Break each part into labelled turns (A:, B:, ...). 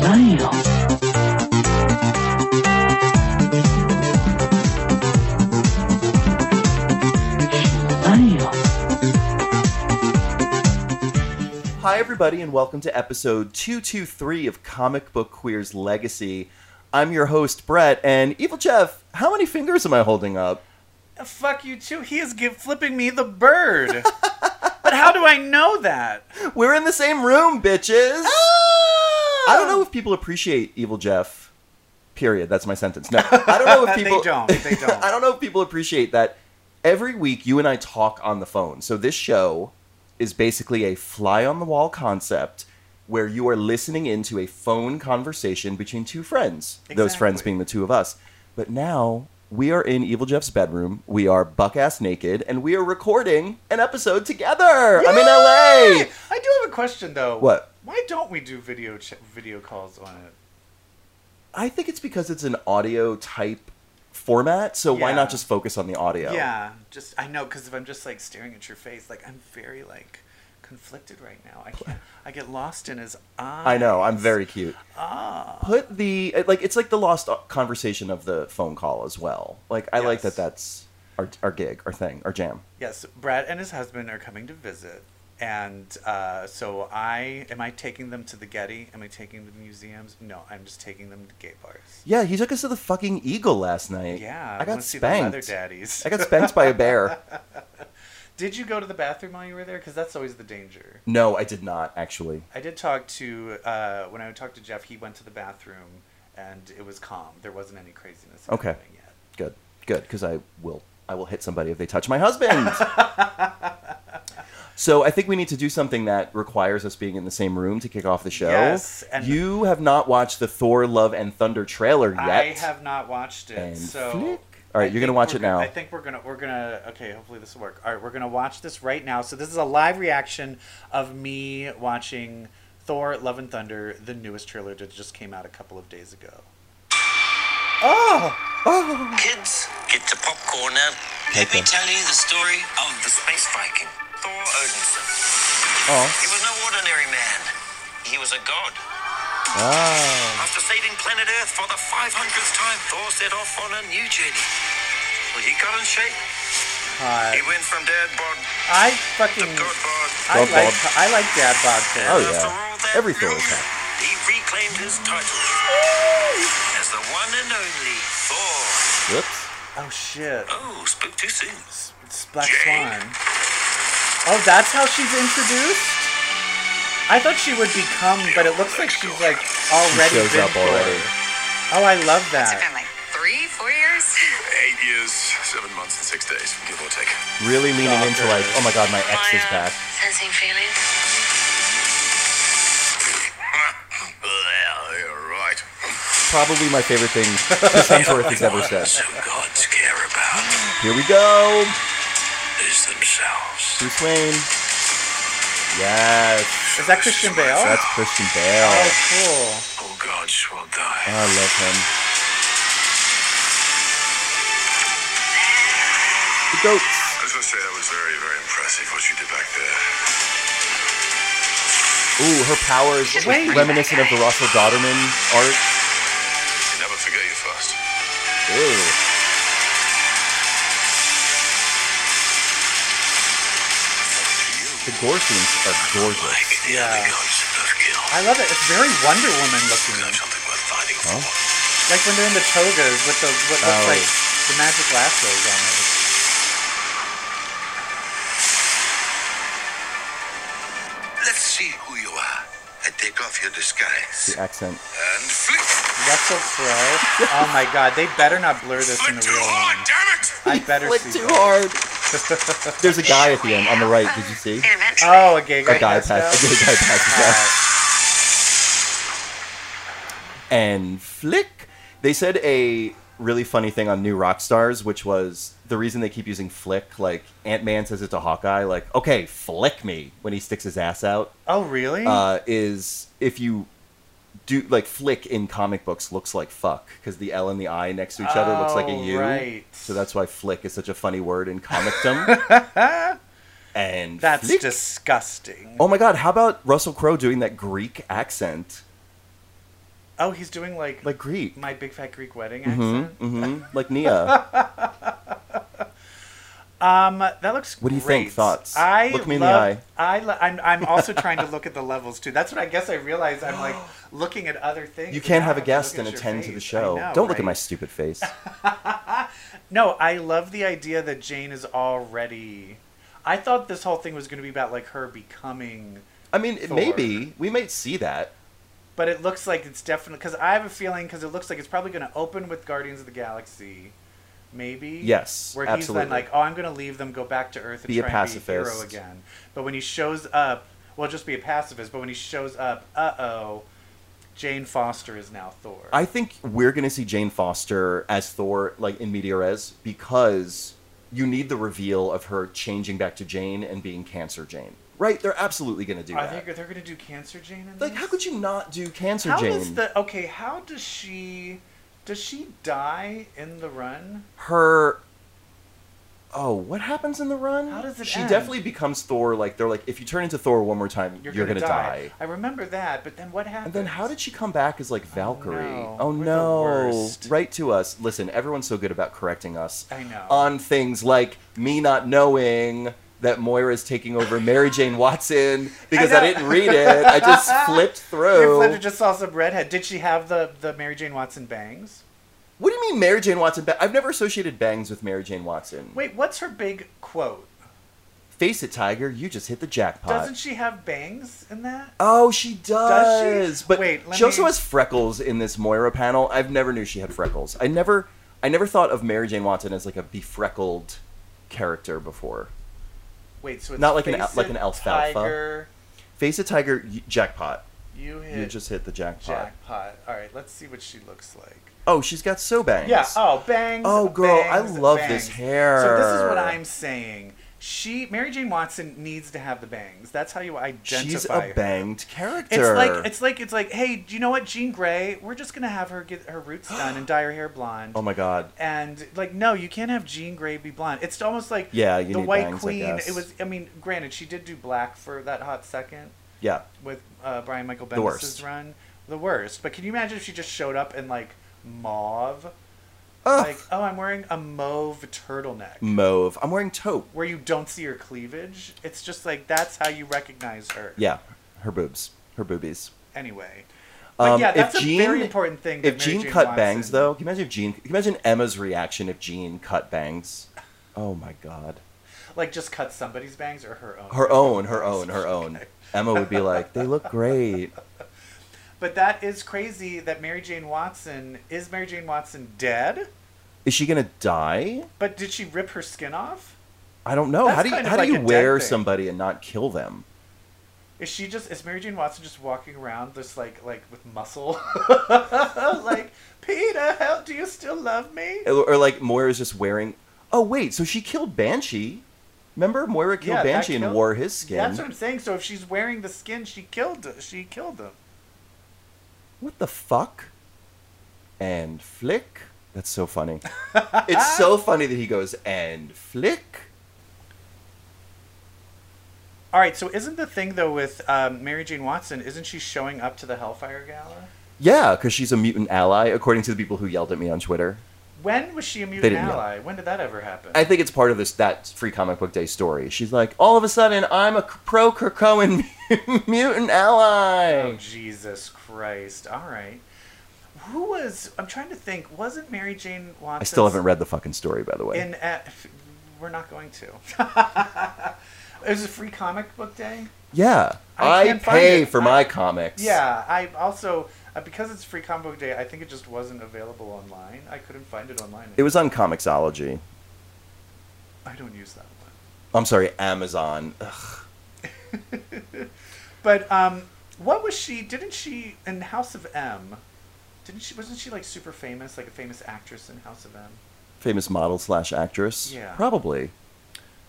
A: 何よ。何よ。
B: Hi, everybody, and welcome to episode 223 of Comic Book Queer's Legacy. I'm your host, Brett, and Evil Jeff, how many fingers am I holding up?
C: Uh, Fuck you too. He is give, flipping me the bird. but how do I know that?
B: We're in the same room, bitches! I don't know if people appreciate Evil Jeff. Period. That's my sentence. No, I don't know if
C: They
B: people.
C: don't. They don't.
B: I don't know if people appreciate that. Every week, you and I talk on the phone. So this show is basically a fly on the wall concept where you are listening into a phone conversation between two friends. Those friends
C: Exactly.
B: being the two of us. But now we are in Evil Jeff's bedroom. We are buck ass naked, and we are recording an episode together. I'm in LA.
C: Hey, I do have a question though.
B: What?
C: Why don't we do video ch- video calls on it?
B: I think it's because it's an audio type format, so why
C: Yeah.
B: not just focus on the audio?
C: Yeah, just I know because if I'm just like staring at your face, like I'm very like conflicted right now. I can't. I get lost in his eyes.
B: I know, I'm very cute.
C: Ah.
B: Put the it- like it's like the lost uh, conversation of the phone call as well. Like I like
C: Yes.
B: that that's our our gig, our thing, our jam.
C: Yes, Brad and his husband are coming to visit, and uh, so I am I taking them to the Getty? Am I taking them to museums? No, I'm just taking them to gay bars.
B: Yeah, he took us to the fucking Eagle last night.
C: Yeah,
B: I got
C: wanna see the leather
B: spanked.
C: daddies.
B: I got spanked by a bear.
C: Did you go to the bathroom while you were there? Because that's always the danger.
B: No, I did not actually.
C: I did talk to uh, when I talked to Jeff. He went to the bathroom, and it was calm. There wasn't any craziness.
B: Okay.
C: happening Yet.
B: Good, good, because I will I will hit somebody if they touch my husband. so I think we need to do something that requires us being in the same room to kick off the show.
C: Yes, and-
B: you have not watched the Thor: Love and Thunder trailer yet.
C: I have not watched it.
B: And
C: so
B: flick. All right,
C: I
B: you're gonna
C: think
B: watch
C: we're
B: it now.
C: I think we're gonna we're gonna okay. Hopefully this will work. All right, we're gonna watch this right now. So this is a live reaction of me watching Thor: Love and Thunder, the newest trailer that just came out a couple of days ago. Oh,
D: Kids, get your popcorn now. Let me tell you the story of the space Viking, Thor Odinson.
B: Oh.
D: He was no ordinary man. He was a god.
B: Ah.
D: After saving planet Earth for the 500th time, Thor set off on a new journey. Well, he got in shape.
C: God.
D: He went from dad bod
C: I
D: to
C: fucking
D: god bod.
C: I
B: Dog
C: like
B: bod.
C: I like Dad bod there.
B: Oh,
D: And
B: yeah.
D: After all that
B: Every Thor is
D: glory,
B: that.
D: He reclaimed his title as the one and only Thor.
B: Whoops.
C: Oh shit,
D: Oh, spoke too soon.
C: it's, it's Black
D: Jane.
C: Swan. Oh, that's how she's introduced. I thought she would become, but it looks like she's like already
B: shows
C: been
B: up
C: Thor.
B: already.
C: Oh, I love
E: It's been
C: that.
E: like three, four years.
F: Eight years, seven months, and six days, give or take.
B: Really leaning into like, oh my god, my ex is
E: uh,
B: back.
E: Sensing feelings.
F: Well, you're right.
B: Probably my favorite thing Chris Hemsworth has ever said.
F: Some gods care about
B: Here we go.
F: is themselves.
B: Bruce Wayne. Yes,
C: Is that Christian Bale?
B: that's uh, Christian Bale.
C: oh,
F: All gods will die.
B: I love him. The goats.
F: As I say, that was very, very impressive what you did back there.
B: Ooh, her powers
C: Wait.
B: reminiscent of the Russell Dodderman art.
F: You never forget your first.
B: Ooh. The gore scenes are
F: Like
B: gorgeous.
F: the
C: Yeah.
F: other gods of Gil.
C: cool. I love it. It's very Wonder Woman looking.
F: Got something worth fighting
B: Huh?
F: for.
C: Like when they're in the togas with the what looks
B: Oh.
C: like the magic lassos on it.
F: Let's see who you are. I take off your disguise.
B: The accent.
F: And flick!
C: Russell Crowe. Oh my god, they better not blur this
F: Flick
C: in the
F: too
C: real
F: hard,
C: one.
F: Oh, damn it!
C: I better
B: Click
C: see
B: too
C: that.
B: hard. There's a guy at the end on the right. Did you see?
E: And eventually.
C: Oh, a gay guy.
B: A guy
C: passed out?
B: passed. A guy passed. out.
C: All right.
B: and flick. They said a really funny thing on New Rock Stars, which was the reason they keep using flick. Like Ant Man says it to Hawkeye, like "Okay, flick me" when he sticks his ass out.
C: Oh, really?
B: Uh, is if you do like flick in comic books looks like fuck because the L and the I next to each other looks like a
C: Oh,
B: U.
C: right.
B: So that's why flick is such a funny word in comicdom. and
C: That's
B: flick.
C: disgusting.
B: Oh my god, how about Russell Crowe doing that Greek accent?
C: Oh, he's doing like
B: like Greek.
C: my big fat Greek wedding
B: hmm
C: accent.
B: hmm Like Nia.
C: Um, that looks.
B: What do you
C: great.
B: think? Thoughts?
C: I
B: Look me in the
C: love, I lo- I'm I'm also trying to look at the levels too. That's what I guess I realize. I'm like looking at other things.
B: You
C: and
B: can't
C: now
B: have
C: I
B: a
C: to look
B: guest and
C: at your
B: attend to the
C: face. I
B: show.
C: know,
B: Don't look at
C: right?
B: my stupid face.
C: No, I love the idea that Jane is already. I thought this whole thing was going to be about like her becoming,
B: I mean,
C: Thor.
B: maybe we might see that.
C: but it looks like it's definitely because I have a feeling because it looks like it's probably going to open with Guardians of the Galaxy, maybe.
B: Yes,
C: where
B: absolutely.
C: he's then like, "Oh, I'm going to leave them, go back to Earth, and
B: Be a
C: try and be a hero
B: pacifist.
C: again." But when he shows up, well, just be a pacifist. But when he shows up, uh oh, Jane Foster is now Thor.
B: I think we're gonna see Jane Foster as Thor, like in Media Res, because you need the reveal of her changing back to Jane and being Cancer Jane. Right? They're absolutely gonna do
C: Are
B: that.
C: they, they're going to do Cancer Jane? In
B: Like,
C: this?
B: how could you not do Cancer
C: How
B: Jane?
C: does the okay? How does she? Does she die in the run?
B: her oh what happens in the run
C: How does it
B: she
C: end?
B: definitely becomes thor like they're like if you turn into thor one more time you're, gonna, die,
C: I remember that, but then what happened?
B: and then how did she come back as like valkyrie
C: no.
B: oh
C: We're the
B: no
C: worst.
B: right to us listen everyone's so good about correcting us
C: I know.
B: on things like me not knowing that Moira's taking over Mary Jane Watson because I,
C: know.
B: didn't read it. I just flipped
C: Your
B: through.
C: Fletcher just saw some redhead. Did she have the the Mary Jane Watson bangs?
B: What do you mean Mary Jane Watson? ba- I've never associated bangs with Mary Jane Watson.
C: Wait, what's her big quote?
B: Face it, Tiger, you just hit the jackpot.
C: Doesn't she have bangs in that?
B: Oh, she does.
C: Does she?
B: But
C: Wait, let
B: she also
C: me-
B: has freckles in this Moira panel. I've never knew she had freckles. I never, I never thought of Mary Jane Watson as like a befreckled character before.
C: Wait, so it's
B: Not like an
C: face
B: al- like an
C: it,
B: alfalfa.
C: Tiger,
B: Face a tiger y- jackpot.
C: you hit
B: You just hit the jackpot.
C: jackpot. All right, let's see what she looks like.
B: Oh, she's got so bangs.
C: Yeah. Oh, bangs.
B: Oh, girl, I
C: bangs,
B: love this
C: bangs.
B: hair.
C: So this is what I'm saying. She, Mary Jane Watson, needs to have the bangs. That's how you identify.
B: she's
C: her.
B: a banged character.
C: It's like it's like it's like. Hey, do you know what, Jean Grey? We're just gonna have her get her roots done and dye her hair blonde.
B: oh my god.
C: And like, no, you can't have Jean Grey be blonde. It's almost like
B: Yeah, you
C: the
B: need
C: White
B: bangs, I
C: Queen.
B: guess.
C: It was. I mean, granted, she did do black for that hot second
B: Yeah.
C: with uh, Brian Michael
B: The worst.
C: Bendis' run. The worst. But can you imagine if she just showed up in like mauve?
B: Ugh.
C: Like, oh, I'm wearing a mauve turtleneck
B: Mauve. I'm wearing taupe.
C: where you don't see her cleavage. It's just like that's how you recognize her.
B: Yeah. Her boobs. Her boobies.
C: Anyway. But
B: Um,
C: yeah,
B: if
C: that's
B: Jean-
C: a very important thing. that
B: If
C: Mary
B: Jean
C: Jane
B: cut
C: Watson-
B: bangs, though, can you imagine if Jean? Can you imagine Emma's reaction if Jean cut bangs? Oh my God,
C: like just cut somebody's bangs or her own.
B: her own, her own, her own. Emma would be like, "They look great."
C: But that is crazy that Mary Jane Watson is Mary Jane Watson dead?
B: Is she gonna die?
C: But did she rip her skin off?
B: I don't know.
C: That's
B: how do you
C: kind of
B: how
C: like
B: do
C: a
B: you
C: dead
B: wear
C: thing.
B: somebody and not kill them?
C: Is she just is Mary Jane Watson just walking around just like like with muscle? like Peter, help, do you still love me?
B: Or, or like Moira's just wearing. Oh wait, so she killed Banshee. Remember Moira killed
C: Yeah, that
B: Banshee and
C: killed-
B: wore his skin.
C: That's what I'm saying. So if she's wearing the skin, she killed she killed him.
B: What the fuck? And flick. That's so funny. it's so funny that he goes and flick.
C: All right. So isn't the thing though with um, Mary Jane Watson? Isn't she showing up to the Hellfire Gala?
B: Yeah, because she's a mutant ally, according to the people who yelled at me on Twitter.
C: When was she a mutant
B: didn't know.
C: ally? When did that ever happen?
B: I think it's part of this that free comic book day story. She's like, all of a sudden, I'm a pro Krakoan mutant
C: oh
B: ally.
C: Jesus Christ! All right. Who was? I'm trying to think. Wasn't Mary Jane Watson?
B: I still haven't read the fucking story, by the way.
C: In at, we're not going to. it was a free comic book day.
B: yeah,
C: I
B: I,
C: can't find
B: pay
C: it.
B: for
C: I-
B: my comics.
C: Yeah, I also uh, because it's free comic book day. I think it just wasn't available online. I couldn't find it online.
B: it was on Comixology.
C: I don't use that one.
B: I'm sorry, Amazon. Ugh.
C: But um, what was she? Didn't she in House of M? Didn't she? Wasn't she like super famous, like a famous actress in House of M?
B: Famous model slash actress.
C: Yeah.
B: probably.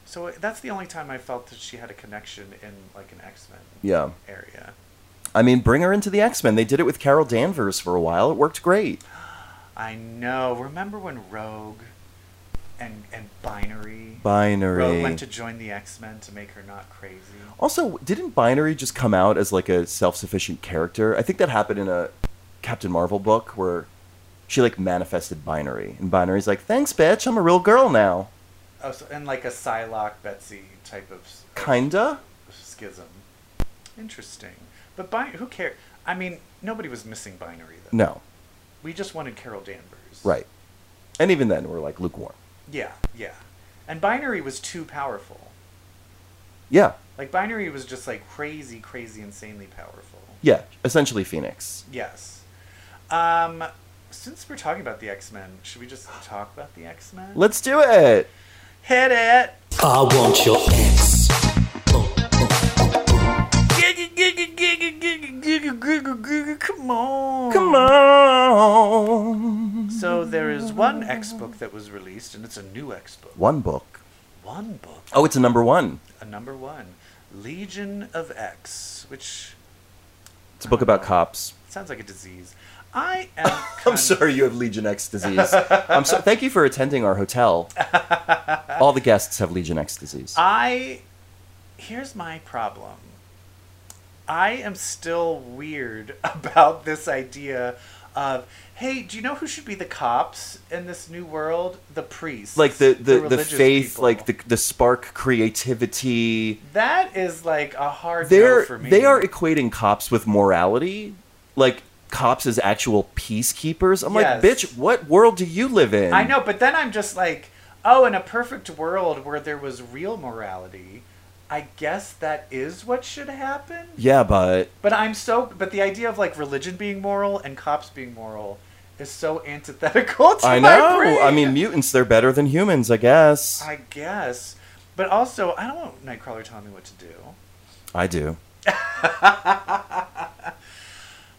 C: So uh, that's the only time I felt that she had a connection in like an X Men
B: Yeah.
C: area.
B: I mean, bring her into the X Men. They did it with Carol Danvers for a while. It worked great.
C: I know. Remember when Rogue and and Binary Rogue
B: Binary.
C: went to join the X Men to make her not crazy.
B: Also, didn't Binary just come out as like a self-sufficient character? I think that happened in a Captain Marvel book where she like manifested Binary, and Binary's like, "Thanks, bitch, I'm a real girl now."
C: Oh, so, and like a Psylocke Betsy type of s-
B: Kinda.
C: schism. Interesting. But bi- who cares? I mean, nobody was missing binary, though.
B: No,
C: We just wanted Carol Danvers.
B: right. And even then, we're like lukewarm.
C: Yeah, yeah. And binary was too powerful.
B: Yeah,
C: Like, binary was just like crazy, crazy, insanely powerful.
B: yeah. Essentially, Phoenix.
C: Yes. Um, since we're talking about the X Men, should we just talk about the X Men?
B: Let's do it.
C: Hit it!
G: I want your ass.
C: Come on!
B: Come on.
C: So there is one X book that was released, and it's a new X book.
B: One book.
C: One book,
B: Oh, it's a number one.
C: a number one, Legion of X, which
B: It's a book about cops.
C: sounds like a disease. I am.
B: I'm
C: kind-
B: sorry you have Legion X disease. I'm so thank you for attending our hotel. All the guests have Legion X disease.
C: I here's my problem. I am still weird about this idea of hey, do you know who should be the cops in this new world? The priests,
B: Like the the, the,
C: religious
B: faith,
C: people.
B: like the the spark creativity.
C: that is like a hard no
B: They're
C: for me.
B: they are equating cops with morality. Like cops as actual peacekeepers. I'm like,
C: Yes.
B: bitch, what world do you live in?
C: I know, but then I'm just like, oh, in a perfect world where there was real morality, I guess that is what should happen.
B: Yeah, but
C: But I'm so, but the idea of like religion being moral and cops being moral is so antithetical to
B: I
C: my
B: know.
C: brain.
B: I mean, mutants, they're better than humans, I guess. I,
C: I guess, but also I don't want Nightcrawler telling me what to do.
B: do.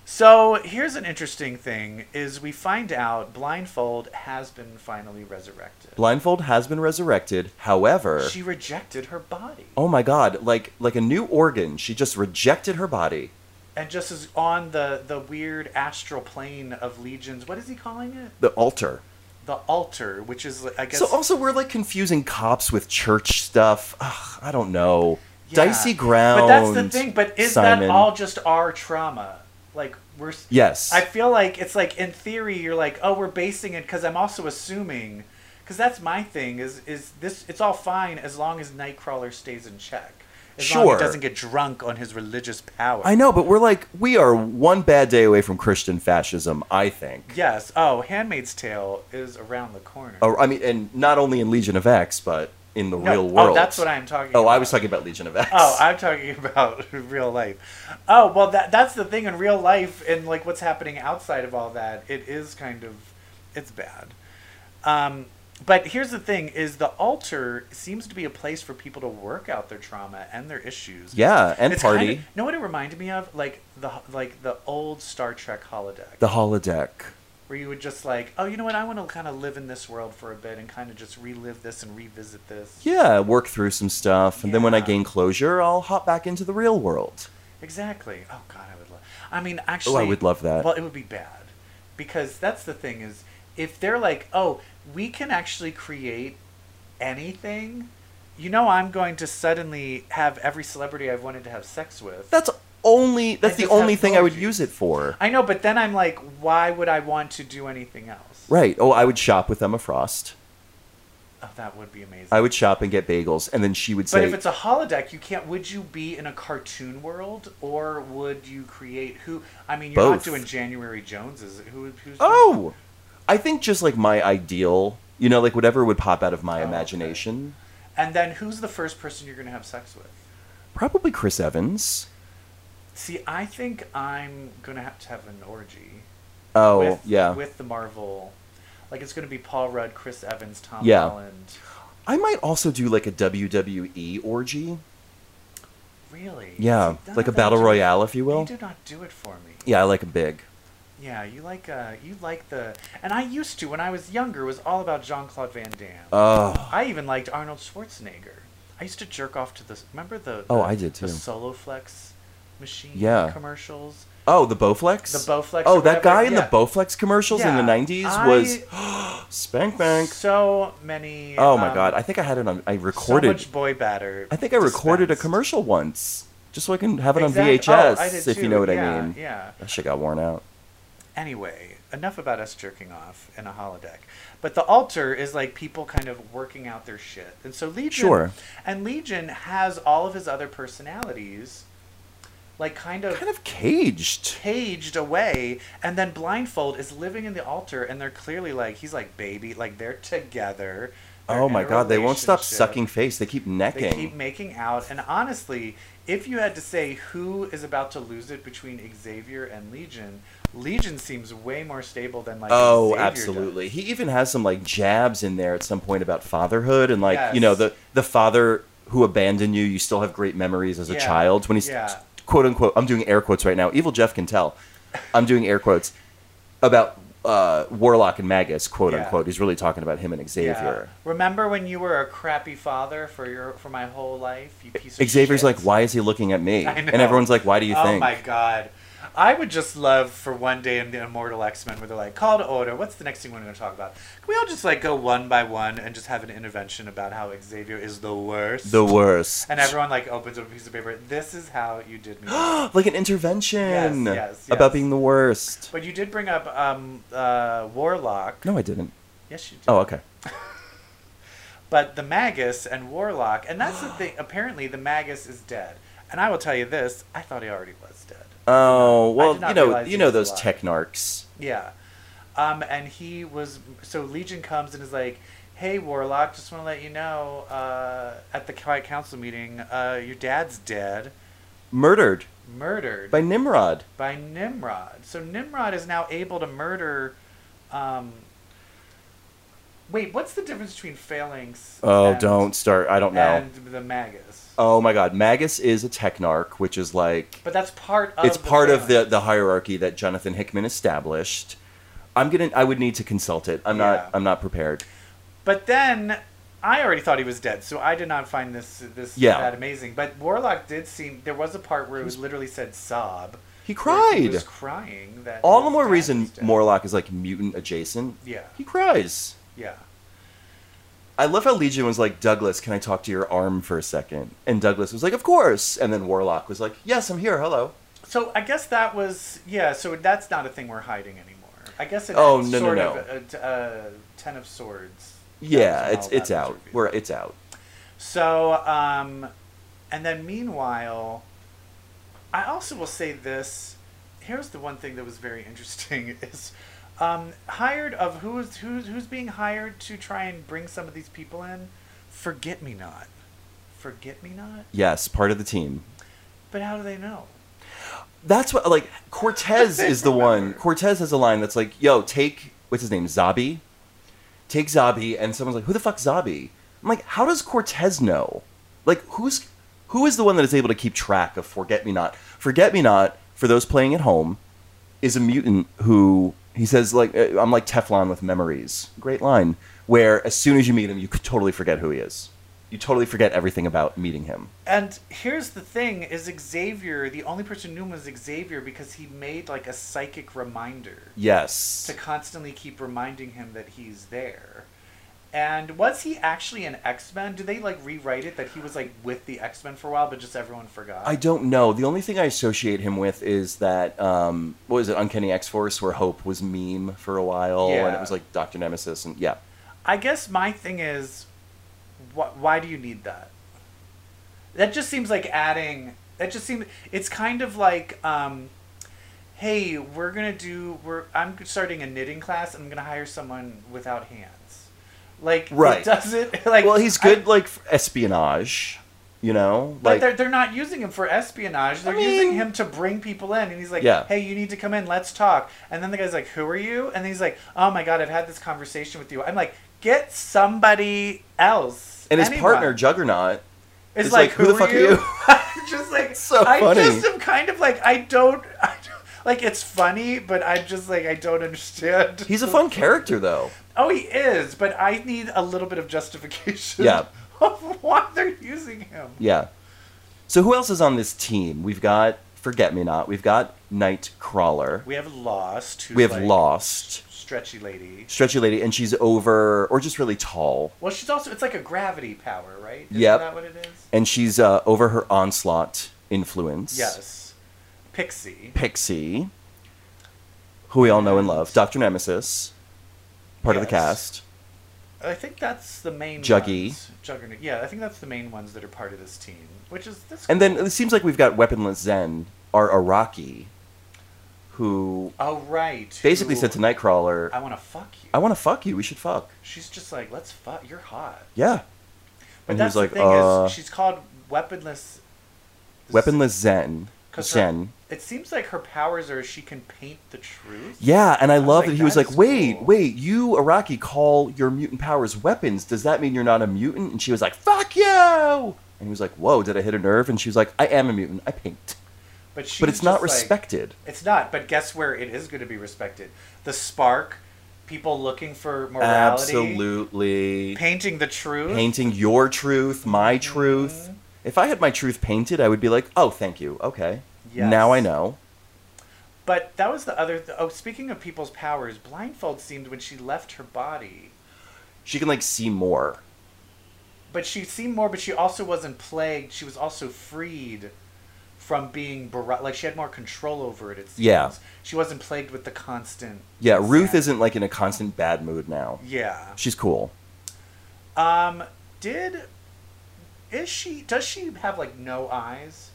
C: So here's an interesting thing: is we find out Blindfold has been finally resurrected.
B: Blindfold has been resurrected. However,
C: She rejected her body.
B: oh my god, like like a new organ, she just rejected her body.
C: and just is on the the weird astral plane of legions what is he calling it
B: The altar.
C: the altar which is i guess
B: So also we're like confusing cops with church stuff. Ugh, I don't know.
C: yeah.
B: Dicey ground.
C: but that's the thing but is that
B: Simon.
C: all just our trauma like we're s-
B: Yes.
C: i feel like it's like in theory you're like oh we're basing it because i'm also assuming because that's my thing is is this it's all fine as long as nightcrawler stays in check as long
B: Sure.
C: as he doesn't get drunk on his religious power
B: I know, but we're like we are one bad day away from Christian fascism, I think.
C: yes oh handmaid's tale is around the corner
B: Or, Oh, I mean, and not only in Legion of X, but in the
C: No,
B: real world.
C: oh that's what i'm talking
B: Oh, I
C: about.
B: was talking about Legion of X.
C: Oh, I'm talking about real life. Oh, well, that that's the thing in real life and like what's happening outside of all that. It is kind of, it's bad. Um, but here's the thing: is the altar seems to be a place for people to work out their trauma and their issues.
B: Yeah, and
C: It's kind
B: party.
C: of- know what it reminded me of? Like the like the old Star Trek holodeck,
B: The holodeck.
C: where you would just like, oh, you know what? I want to kind of live in this world for a bit and kind of just relive this and revisit this.
B: Yeah, work through some stuff, and then when I
C: Yeah.
B: gain closure, I'll hop back into the real world.
C: Exactly. Oh God, I would love. I mean, actually,
B: Oh, would love that.
C: Well, it would be bad because that's the thing is if they're like, oh, we can actually create anything. You know, I'm going to suddenly have every celebrity I've wanted to have sex with.
B: That's only that's
C: I
B: the
C: just have
B: only thing I would
C: allergies.
B: use it for.
C: I know, but then I'm like, why would I want to do anything else?
B: Right. Oh, I would shop with Emma Frost.
C: Oh, that would be amazing.
B: I would shop and get bagels, and then she would
C: but
B: say,
C: if it's a holodeck, you can't. Would you be in a cartoon world, or would you create who? I mean, you're not
B: Both.
C: doing January Joneses. Who? Who's?
B: "Oh, I think just like my ideal, you know, like whatever would pop out of my
C: Oh, okay.
B: imagination,
C: And then who's the first person you're going to have sex with?
B: probably Chris Evans."
C: See, I think I'm going to have to have an orgy.
B: Oh,
C: with,
B: yeah.
C: With the Marvel. Like, it's going to be Paul Rudd, Chris Evans, Tom
B: Yeah.
C: Holland.
B: I might also do like a WWE orgy.
C: Really?
B: Yeah,
C: See, none
B: like a
C: of that
B: battle
C: do-
B: royale, if you
C: They
B: will.
C: do not do it for me.
B: Yeah, I like a big.
C: Yeah, you like uh, you like the, and I used to when I was younger it was all about Jean Claude Van Damme.
B: Oh,
C: I even liked Arnold Schwarzenegger. I used to jerk off to the. Remember the?
B: Oh,
C: the-
B: I did too.
C: The Solo Flex machine.
B: Yeah.
C: Commercials.
B: oh, the Bowflex.
C: The Bowflex.
B: Oh,
C: or
B: that
C: whatever,
B: guy in the
C: yeah.
B: Bowflex commercials in the
C: Yeah,
B: '90s
C: I-
B: was Spank Bank.
C: So many.
B: Oh my
C: um,
B: god, I think I had it on. I
C: So
B: recorded.
C: much boy batter.
B: I think I recorded a
C: dispensed.
B: commercial once, just so I can have it
C: Exact-
B: on VHS.
C: oh, I did
B: if you
C: too,
B: know what
C: yeah,
B: I mean.
C: Yeah.
B: That shit got worn out.
C: Anyway, enough about us jerking off in a holodeck. But the altar is like people kind of working out their shit. And so Legion
B: Sure.
C: and Legion has all of his other personalities like kind of
B: Kind of caged.
C: caged away and then blindfold is living in the altar and they're clearly like he's like baby like they're together They're
B: oh
C: in
B: my
C: a
B: god, they won't stop
C: relationship.
B: sucking face. They keep necking.
C: they keep making out and honestly if you had to say who is about to lose it between xavier and legion legion seems way more stable than like
B: oh,
C: Xavier does.
B: absolutely. He even has some like jabs in there at some point about fatherhood and like, you know,
C: Yes.
B: the the father who abandoned you, you still have great memories as a
C: Yeah.
B: child when he's
C: Yeah.
B: quote unquote, I'm doing air quotes right now. Evil Jeff can tell. I'm doing air quotes about uh, Warlock and Magus, quote
C: Yeah.
B: unquote. He's really talking about him and Xavier.
C: Remember when you were a crappy father for your for my whole life? You piece of
B: Xavier's
C: shit?
B: like, why is he looking at me?
C: I know.
B: And everyone's like, why do you
C: oh
B: think?
C: my god. I would just love for one day in the Immortal X Men where they're like, call to order. What's the next thing we're going to talk about? Can we all just like go one by one and just have an intervention about how Xavier is the worst?
B: The worst.
C: and everyone like opens up a piece of paper. This is how you did me. wrong."
B: like an intervention
C: Yes, yes,
B: about
C: yes.
B: being the worst.
C: but you did bring up um, uh, Warlock.
B: No, I didn't.
C: Yes, you did.
B: Oh, okay.
C: But the Magus and Warlock, and that's the thing. Apparently, the Magus is dead. And I will tell you this: I thought he already was dead.
B: Oh well,
C: did not
B: you know,
C: realize he
B: you know
C: was
B: those
C: alive.
B: technarchs.
C: Yeah. Um, and he was so Legion comes and is like, "Hey, Warlock, just want to let you know uh, at the Quiet Council meeting, uh, your dad's dead,
B: murdered
C: murdered
B: by
C: by,
B: Nimrod.
C: Nimrod. So Nimrod is now able to murder." Um, wait, what's the difference between phalanx?
B: Oh,
C: and-
B: don't start. I don't know.
C: and the magus?
B: oh my God, Magus is a technarch, which is like
C: But that's part of
B: it's
C: the
B: part of the
C: phalanx.
B: the hierarchy that Jonathan Hickman established. I'm gonna. I would need to consult it. I'm
C: Yeah.
B: not. I'm not prepared.
C: But then I already thought he was dead, so I did not find this this
B: Yeah.
C: that amazing. But Warlock did seem there was a part where it was literally said sob.
B: He
C: where He
B: cried.
C: was crying. That
B: All the
C: his
B: more
C: dad
B: reason
C: was dead.
B: Morlock is like mutant adjacent.
C: Yeah.
B: He cries.
C: Yeah.
B: I love how Legion was like, Douglas, can I talk to your arm for a second? And Douglas was like, of course. And then Warlock was like, yes, I'm here. Hello.
C: So I guess that was yeah. So that's not a thing we're hiding anymore. I guess it
B: Oh,
C: it's
B: no, no,
C: sort
B: no.
C: of a, a, a ten of swords. That was
B: Yeah,
C: when
B: it's
C: all
B: it's
C: that was
B: out.
C: revealed.
B: We're it's out.
C: So, um, and then meanwhile, I also will say this. Here's the one thing that was very interesting is um, hired of who's who's who's being hired to try and bring some of these people in. Forget me not, forget me not.
B: Yes, part of the team.
C: But how do they know?
B: That's what like Cortez is the one. Cortez has a line that's like, "Yo, take what's his name, Zabi, take Zabi," and someone's like, "Who the fuck Zabi?" I'm like, "How does Cortez know? Like, who's who is the one that is able to keep track of Forget Me Not? Forget Me Not for those playing at home is a mutant who he says like, uh, "I'm like Teflon with memories." Great line. Where as soon as you meet him, you could totally forget who he is. You totally forget everything about meeting him.
C: And here's the thing: is Xavier the only person who knew him was Xavier because he made like a psychic reminder.
B: Yes.
C: to constantly keep reminding him that he's there. And was he actually an X Men? Do they like rewrite it that he was like with the X Men for a while, but just everyone forgot?
B: I don't know. The only thing I associate him with is that um, what was it, Uncanny X Force, where Hope was meme for a while, and
C: Yeah.
B: it was like Doctor Nemesis, and yeah,
C: I guess my thing is, wh- why do you need that? That just seems like adding. That just seems. It's kind of like, um, hey, we're gonna do. We're I'm starting a knitting class. and I'm gonna hire someone without hands. Like
B: Right.
C: it doesn't like.
B: well, he's
C: I-
B: good like for espionage, you know,
C: But
B: like
C: they're, they're not using him for espionage. They're using
B: mean-
C: him to bring people in. And he's like,
B: Yeah.
C: hey, you need to come in. Let's talk. And then the guy's like, who are you? And he's like, oh my God, I've had this conversation with you. I'm like, get somebody else.
B: and his
C: anyone."
B: partner Juggernaut.
C: is
B: is
C: like, who, the fuck
B: are
C: are you?
B: you?
C: just like,
B: So
C: I
B: funny.
C: just am kind of like, I don't, I don't, like, it's funny, but I'm just like, I don't understand.
B: He's a fun character though.
C: Oh, he is, but I need a little bit of justification
B: Yeah.
C: of why they're using him.
B: Yeah. So who else is on this team? We've got Forget Me Not. We've got Nightcrawler.
C: We have Lost. Who's
B: We have
C: like,
B: Lost.
C: Stretchy lady.
B: Stretchy lady, and she's over, or just really tall.
C: Well, she's also it's like a gravity power, right? Isn't
B: Yep.
C: that what it is?
B: and she's uh, over her onslaught influence.
C: Yes. Pixie.
B: Pixie. who we all know and love, Doctor Nemesis, part of the
C: Yes.
B: cast.
C: I think that's the main
B: Juggy.
C: ones. Juggernaut. Yeah, I think that's the main ones that are part of this team, which is this.
B: And then it seems like we've got Weaponless Zen, our Iraqi, who
C: oh right,
B: basically
C: who-
B: said to Nightcrawler,
C: "I want to fuck you."
B: I want to fuck you. We should fuck.
C: She's just like, "Let's fuck. You're hot."
B: Yeah.
C: But
B: And he
C: that's
B: was like,
C: the thing
B: uh,
C: is, she's called weaponless.
B: Weaponless Zen.
C: 'Cause her-
B: Zen.
C: It seems like her powers are she can paint the truth.
B: Yeah, and I,
C: I was
B: love
C: like,
B: that he was
C: that
B: like,
C: is
B: wait,
C: cool."
B: wait, you, Iraqi, call your mutant powers weapons. Does that mean you're not a mutant? And she was like, fuck you! And he was like, whoa, did I hit a nerve? And she was like, I am a mutant. I paint.
C: but she's
B: but it's not
C: just like-
B: respected.
C: It's not, but guess where it is going to be respected? The spark, people looking for morality,
B: Absolutely.
C: painting the truth.
B: Painting your truth, my
C: Mm-hmm.
B: truth. If I had my truth painted, I would be like, oh, thank you. Okay.
C: Yes.
B: Now I know.
C: But that was the other. Th- oh, speaking of people's powers, blindfold seemed when she left her body.
B: She can, like, see more.
C: But she seemed more. But she also wasn't plagued. She was also freed from being bar- like she had more control over it. It seems.
B: Yeah.
C: She wasn't plagued with the constant.
B: Yeah, Ruth
C: sadness.
B: isn't, like, in a constant bad mood now.
C: Yeah.
B: She's cool.
C: Um. Did. Is she? Does she have like no eyes?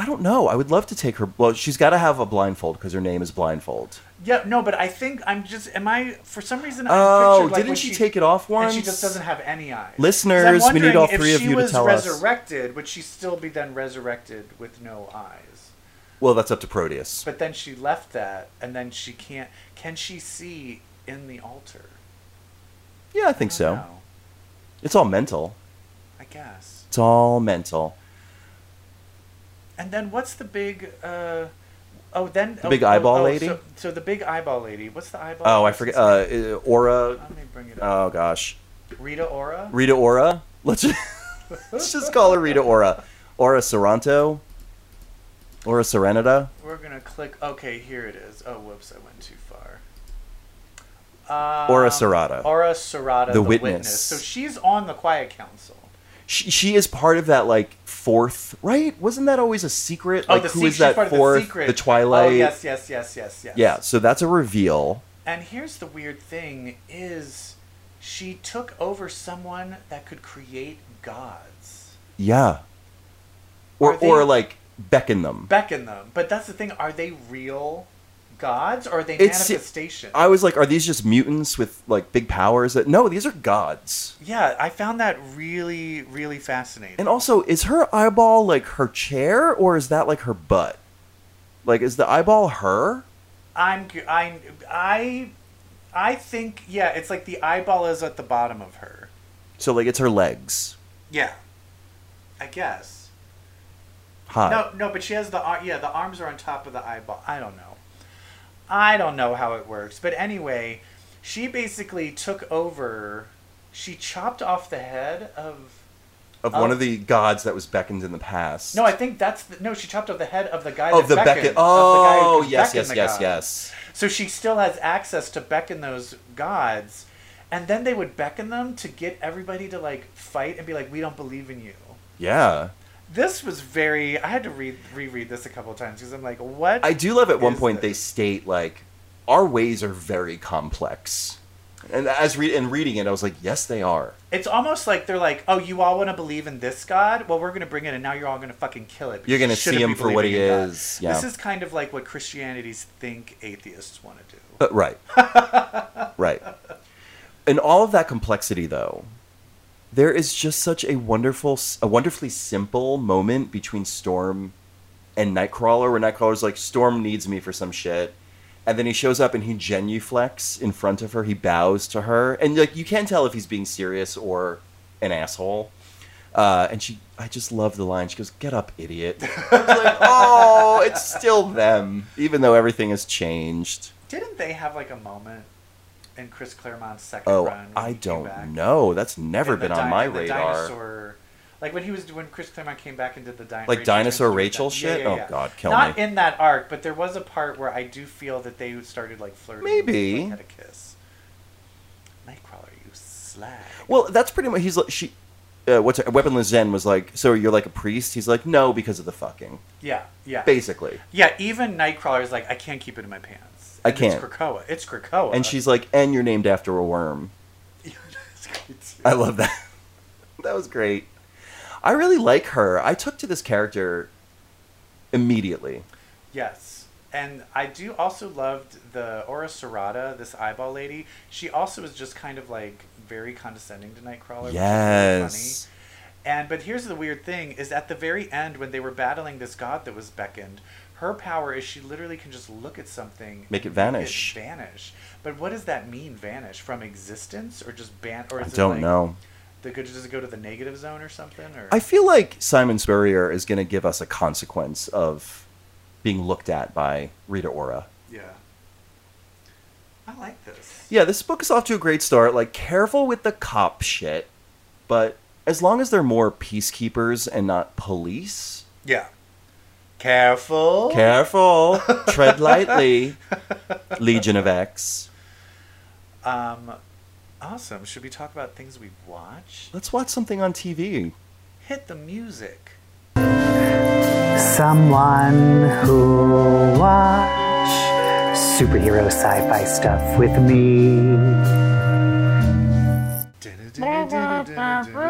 B: I don't know. I would love to take her. Well, she's got to have a blindfold because her name is Blindfold.
C: Yeah, no, but I think I'm just. Am I for some reason? I
B: Oh,
C: pictured, like,
B: didn't
C: when
B: she, take it off once?
C: And she just doesn't have any eyes.
B: Listeners,
C: So I'm
B: we need
C: wondering
B: all three of you to tell
C: If
B: us.
C: she was resurrected, would she still be then resurrected with no eyes?
B: Well, that's up to Proteus.
C: But then she left that, and then she can't. Can she see in the altar?
B: yeah, I think
C: I don't
B: so.
C: know.
B: It's all mental.
C: I guess.
B: It's all mental.
C: And then what's the big? Uh, oh, then the
B: big eyeball lady?
C: So, so the big eyeball lady. What's the eyeball?
B: Oh, I
C: person's
B: forget.
C: name?
B: Uh, uh, Aura.
C: Let me bring it up.
B: Oh gosh,
C: Rita Ora.
B: Rita Aura. Let's just, let's just call her Rita Aura. Aura Sorrento. Aura Serenita.
C: We're gonna click. Okay, here it is. Oh, whoops, I went too far. Um,
B: Aura Serrata.
C: Aura Serrata, the, witness.
B: Witness.
C: So she's on the Quiet Council.
B: She, she is part of that like fourth, right? Wasn't that always a secret?
C: Oh,
B: like
C: the
B: who
C: sec-
B: is
C: she's
B: that
C: part of
B: fourth?
C: the secret.
B: Twilight.
C: Oh, yes, yes, yes, yes, yes.
B: Yeah. So that's a reveal.
C: And here's the weird thing: is she took over someone that could create gods,
B: Yeah. Or
C: Are they-
B: or like beckon them.
C: beckon them. But that's the thing: are they real gods or are they
B: It's-
C: manifestations?
B: I was like, are these just mutants with like big powers? That no, these are gods.
C: yeah, I found that really, really fascinating.
B: And also, is her eyeball like her chair, or is that like her butt? Like, is the eyeball her?
C: I'm cu- I I I think yeah, it's like the eyeball is at the bottom of her.
B: So like, it's her legs.
C: Yeah. I guess.
B: Hi.
C: No, no, but she has the ar- yeah, the arms are on top of the eyeball. I don't know. I don't know how it works, but anyway, she basically took over. She chopped off the head of
B: of one of the gods that was beckoned in the past.
C: oh. No, I think that's the, no. She chopped off the head of the guy.
B: of
C: that
B: the beckon.
C: beckoned- of the guy who
B: Oh,
C: could
B: yes,
C: beckon
B: yes,
C: the
B: yes,
C: gods.
B: yes.
C: So she still has access to beckon those gods, and then they would beckon them to get everybody to like fight and be like, "We don't believe in you."
B: Yeah.
C: This was very. I had to read reread this a couple of times because I'm like, "What?"
B: I do love at one
C: Is
B: point
C: that-
B: they state like our ways are very complex. And as re- and reading it, I was like, yes, they are.
C: It's almost like they're like, "Oh, you all want to believe in this god? Well, we're going to bring it, and now you're all going to fucking kill it." because
B: You're gonna
C: you shouldn't
B: see him
C: be
B: for what he
C: believing in God."
B: is, yeah.
C: This is kind of like what Christianities think atheists want to do.
B: But Uh, right. right. In all of that complexity though, there is just such a wonderful s- a wonderfully simple moment between Storm and Nightcrawler where Nightcrawler's like Storm needs me for some shit. And then he shows up and he genuflects in front of her. He bows to her, and like you can tell if he's being serious or an asshole. Uh, and she, I just love the line. She goes, "Get up, idiot!" It's like, oh, it's still them, even though everything has changed.
C: Didn't they have like a moment in Chris Claremont's second
B: Oh,
C: run? when
B: I
C: he came back?
B: don't know. That's never
C: In the
B: been on
C: di-
B: my
C: in the
B: radar.
C: Dinosaur, like when he was when Chris Claremont came back and did the dinosaur,
B: Like Dinosaur Rachel shit? Oh, God, kill
C: Not
B: me.
C: in that arc, but there was a part where I do feel that they started like flirting.
B: Maybe.
C: like, had a kiss. Nightcrawler, you slag.
B: Well, that's pretty much. He's like she. Uh, what's her, Weaponless Zen was like. So you're like a priest? He's like, no, because of the fucking.
C: Yeah, yeah,
B: Basically,
C: yeah. Even Nightcrawler is like, I can't keep it in my pants. is.
B: I
C: And
B: can't.
C: It's Krakoa. It's Krakoa.
B: And she's like, and you're named after a worm.
C: It's great too.
B: I love that. that was great. I really like her. I took to this character immediately.
C: Yes. And I do also loved the Aura Serrata, this eyeball lady. She also is just kind of like very condescending to Nightcrawler. which is really
B: Yes.
C: funny. And but here's the weird thing is at the very end when they were battling this god that was beckoned, her power is she literally can just look at something
B: Make it
C: and
B: vanish.
C: vanish. But what does that mean vanish from existence or just ban or
B: I
C: is
B: don't
C: it like
B: know.
C: The good does it go to the negative zone or something or
B: I feel like Simon Spurrier is going to give us a consequence of being looked at by Rita Ora.
C: yeah. I like this.
B: Yeah, this book is off to a great start. Like, careful with the cop shit, but as long as they're more peacekeepers and not police,
C: Yeah. Careful.
B: careful, tread lightly, Legion of X.
C: Um, awesome. Should we talk about things we've watched?
B: Let's watch something on TV.
C: Hit the music.
H: Someone who'll watch superhero sci fi stuff with me.
B: Oh,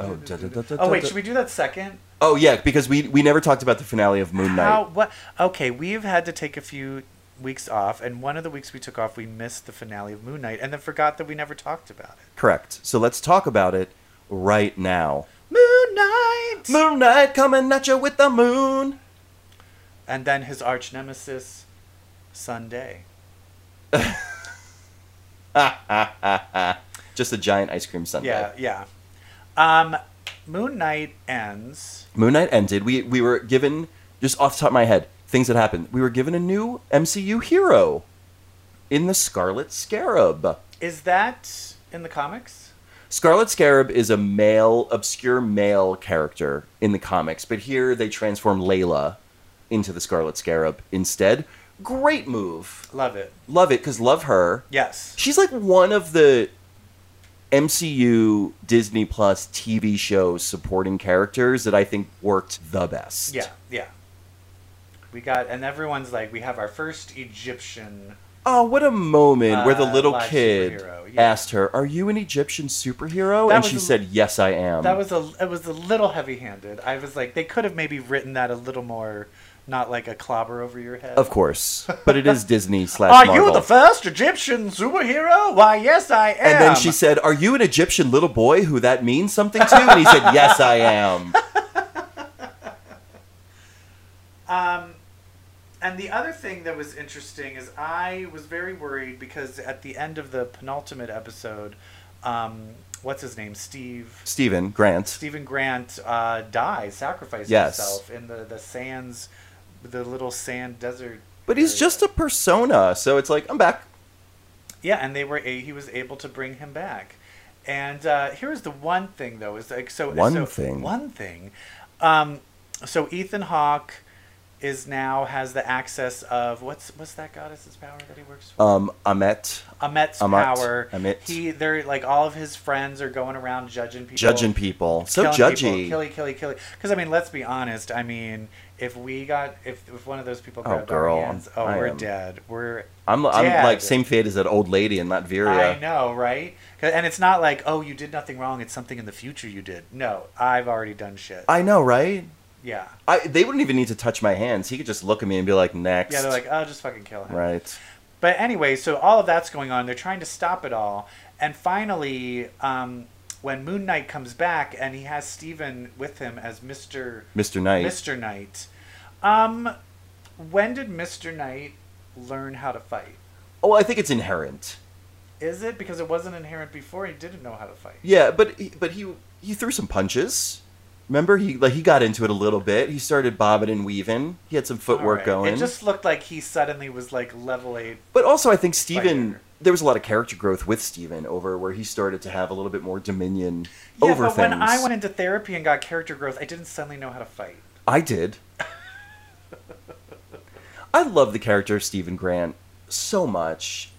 C: Oh,
B: da, da, da, da,
C: wait,
B: da.
C: should we do that second?
B: Oh yeah, because we we never talked about the finale of Moon Knight.
C: How? What? Okay, we've had to take a few weeks off, and one of the weeks we took off, we missed the finale of Moon Knight, and then forgot that we never talked about it.
B: Correct. So let's talk about it right now.
C: Moon Knight.
B: Moon Knight coming at you with the moon.
C: and then his arch nemesis, Sunday.
B: Just a giant ice cream sundae.
C: Yeah, yeah. Um, Moon Knight ends.
B: Moon Knight ended. We we were given just off the top of my head things that happened. We were given a new MCU hero in the Scarlet Scarab.
C: Is that in the comics?
B: Scarlet Scarab is a male, obscure male character in the comics, but here they transform Layla into the Scarlet Scarab instead. Great move.
C: Love it.
B: Love it because love her.
C: Yes.
B: She's like one of the MCU Disney Plus TV show supporting characters that I think worked the best.
C: Yeah, yeah. We got, and everyone's like, we have our first Egyptian.
B: Oh, what a moment where the
C: Uh,
B: little
C: live
B: kid
C: superhero, yeah.
B: asked her, "Are you an Egyptian superhero?"
C: That
B: and
C: was
B: she
C: a-
B: said, "Yes, I am."
C: That was a, it was a little heavy-handed. I was like, they could have maybe written that a little more, not like a clobber over your head.
B: of course, but it is Disney slash
C: Are you
B: Marvel.
C: the first Egyptian superhero? Why, yes, I am.
B: and then she said, "Are you an Egyptian little boy who that means something to?" And he said, "Yes, I am."
C: And the other thing that was interesting is I was very worried because at the end of the penultimate episode, um, what's his name, Steve.
B: Stephen Grant.
C: Stephen Grant uh, dies, sacrifices
B: Yes.
C: himself in the, the sands, the little sand desert.
B: But he's
C: area.
B: just a persona, so it's like I'm back.
C: yeah, and they were a, he was able to bring him back. And uh, here's the one thing though is like so
B: One
C: so-
B: thing.
C: one thing, um, so Ethan Hawke is now has the access of what's what's that goddess's power that he works for?
B: Um, Amet
C: Amet's
B: Amat,
C: power.
B: Amet.
C: He they're like all of his friends are going around judging people.
B: judging people, so
C: killing
B: judgy.
C: People, killy, killy, killy. Because I mean, let's be honest. I mean, if we got if if one of those people
B: Oh,
C: grabbed
B: girl,
C: our hands, oh,
B: I
C: we're
B: am-
C: dead. We're
B: I'm, I'm like
C: Dead.
B: same fate as that old lady in Latveria.
C: I know, right? 'Cause- And it's not like oh, you did nothing wrong. It's something in the future you did. No, I've already done shit.
B: I know, right?
C: yeah,
B: I they wouldn't even need to touch my hands. He could just look at me and be like, "Next."
C: yeah. They're like, oh, just fucking kill him.
B: right.
C: But anyway, so all of that's going on. They're trying to stop it all. And finally, um, when Moon Knight comes back and he has Steven with him as Mr.
B: Mr. Knight.
C: Mr. Knight. Um, when did Mr. Knight learn how to fight?
B: Oh, I think it's inherent.
C: Is it because it wasn't inherent before he didn't know how to fight?
B: Yeah, but he, but he he threw some punches. Remember, he like he got into it a little bit. He started bobbing and weaving. He had some footwork
C: Alright.
B: going.
C: It just looked like he suddenly was like level eight.
B: But also, I think Steven,
C: Fighter.
B: there was a lot of character growth with Steven over where he started to have a little bit more dominion
C: Yeah,
B: over
C: but
B: things.
C: when I went into therapy and got character growth, I didn't suddenly know how to fight.
B: I did. I love the character of Steven Grant so much.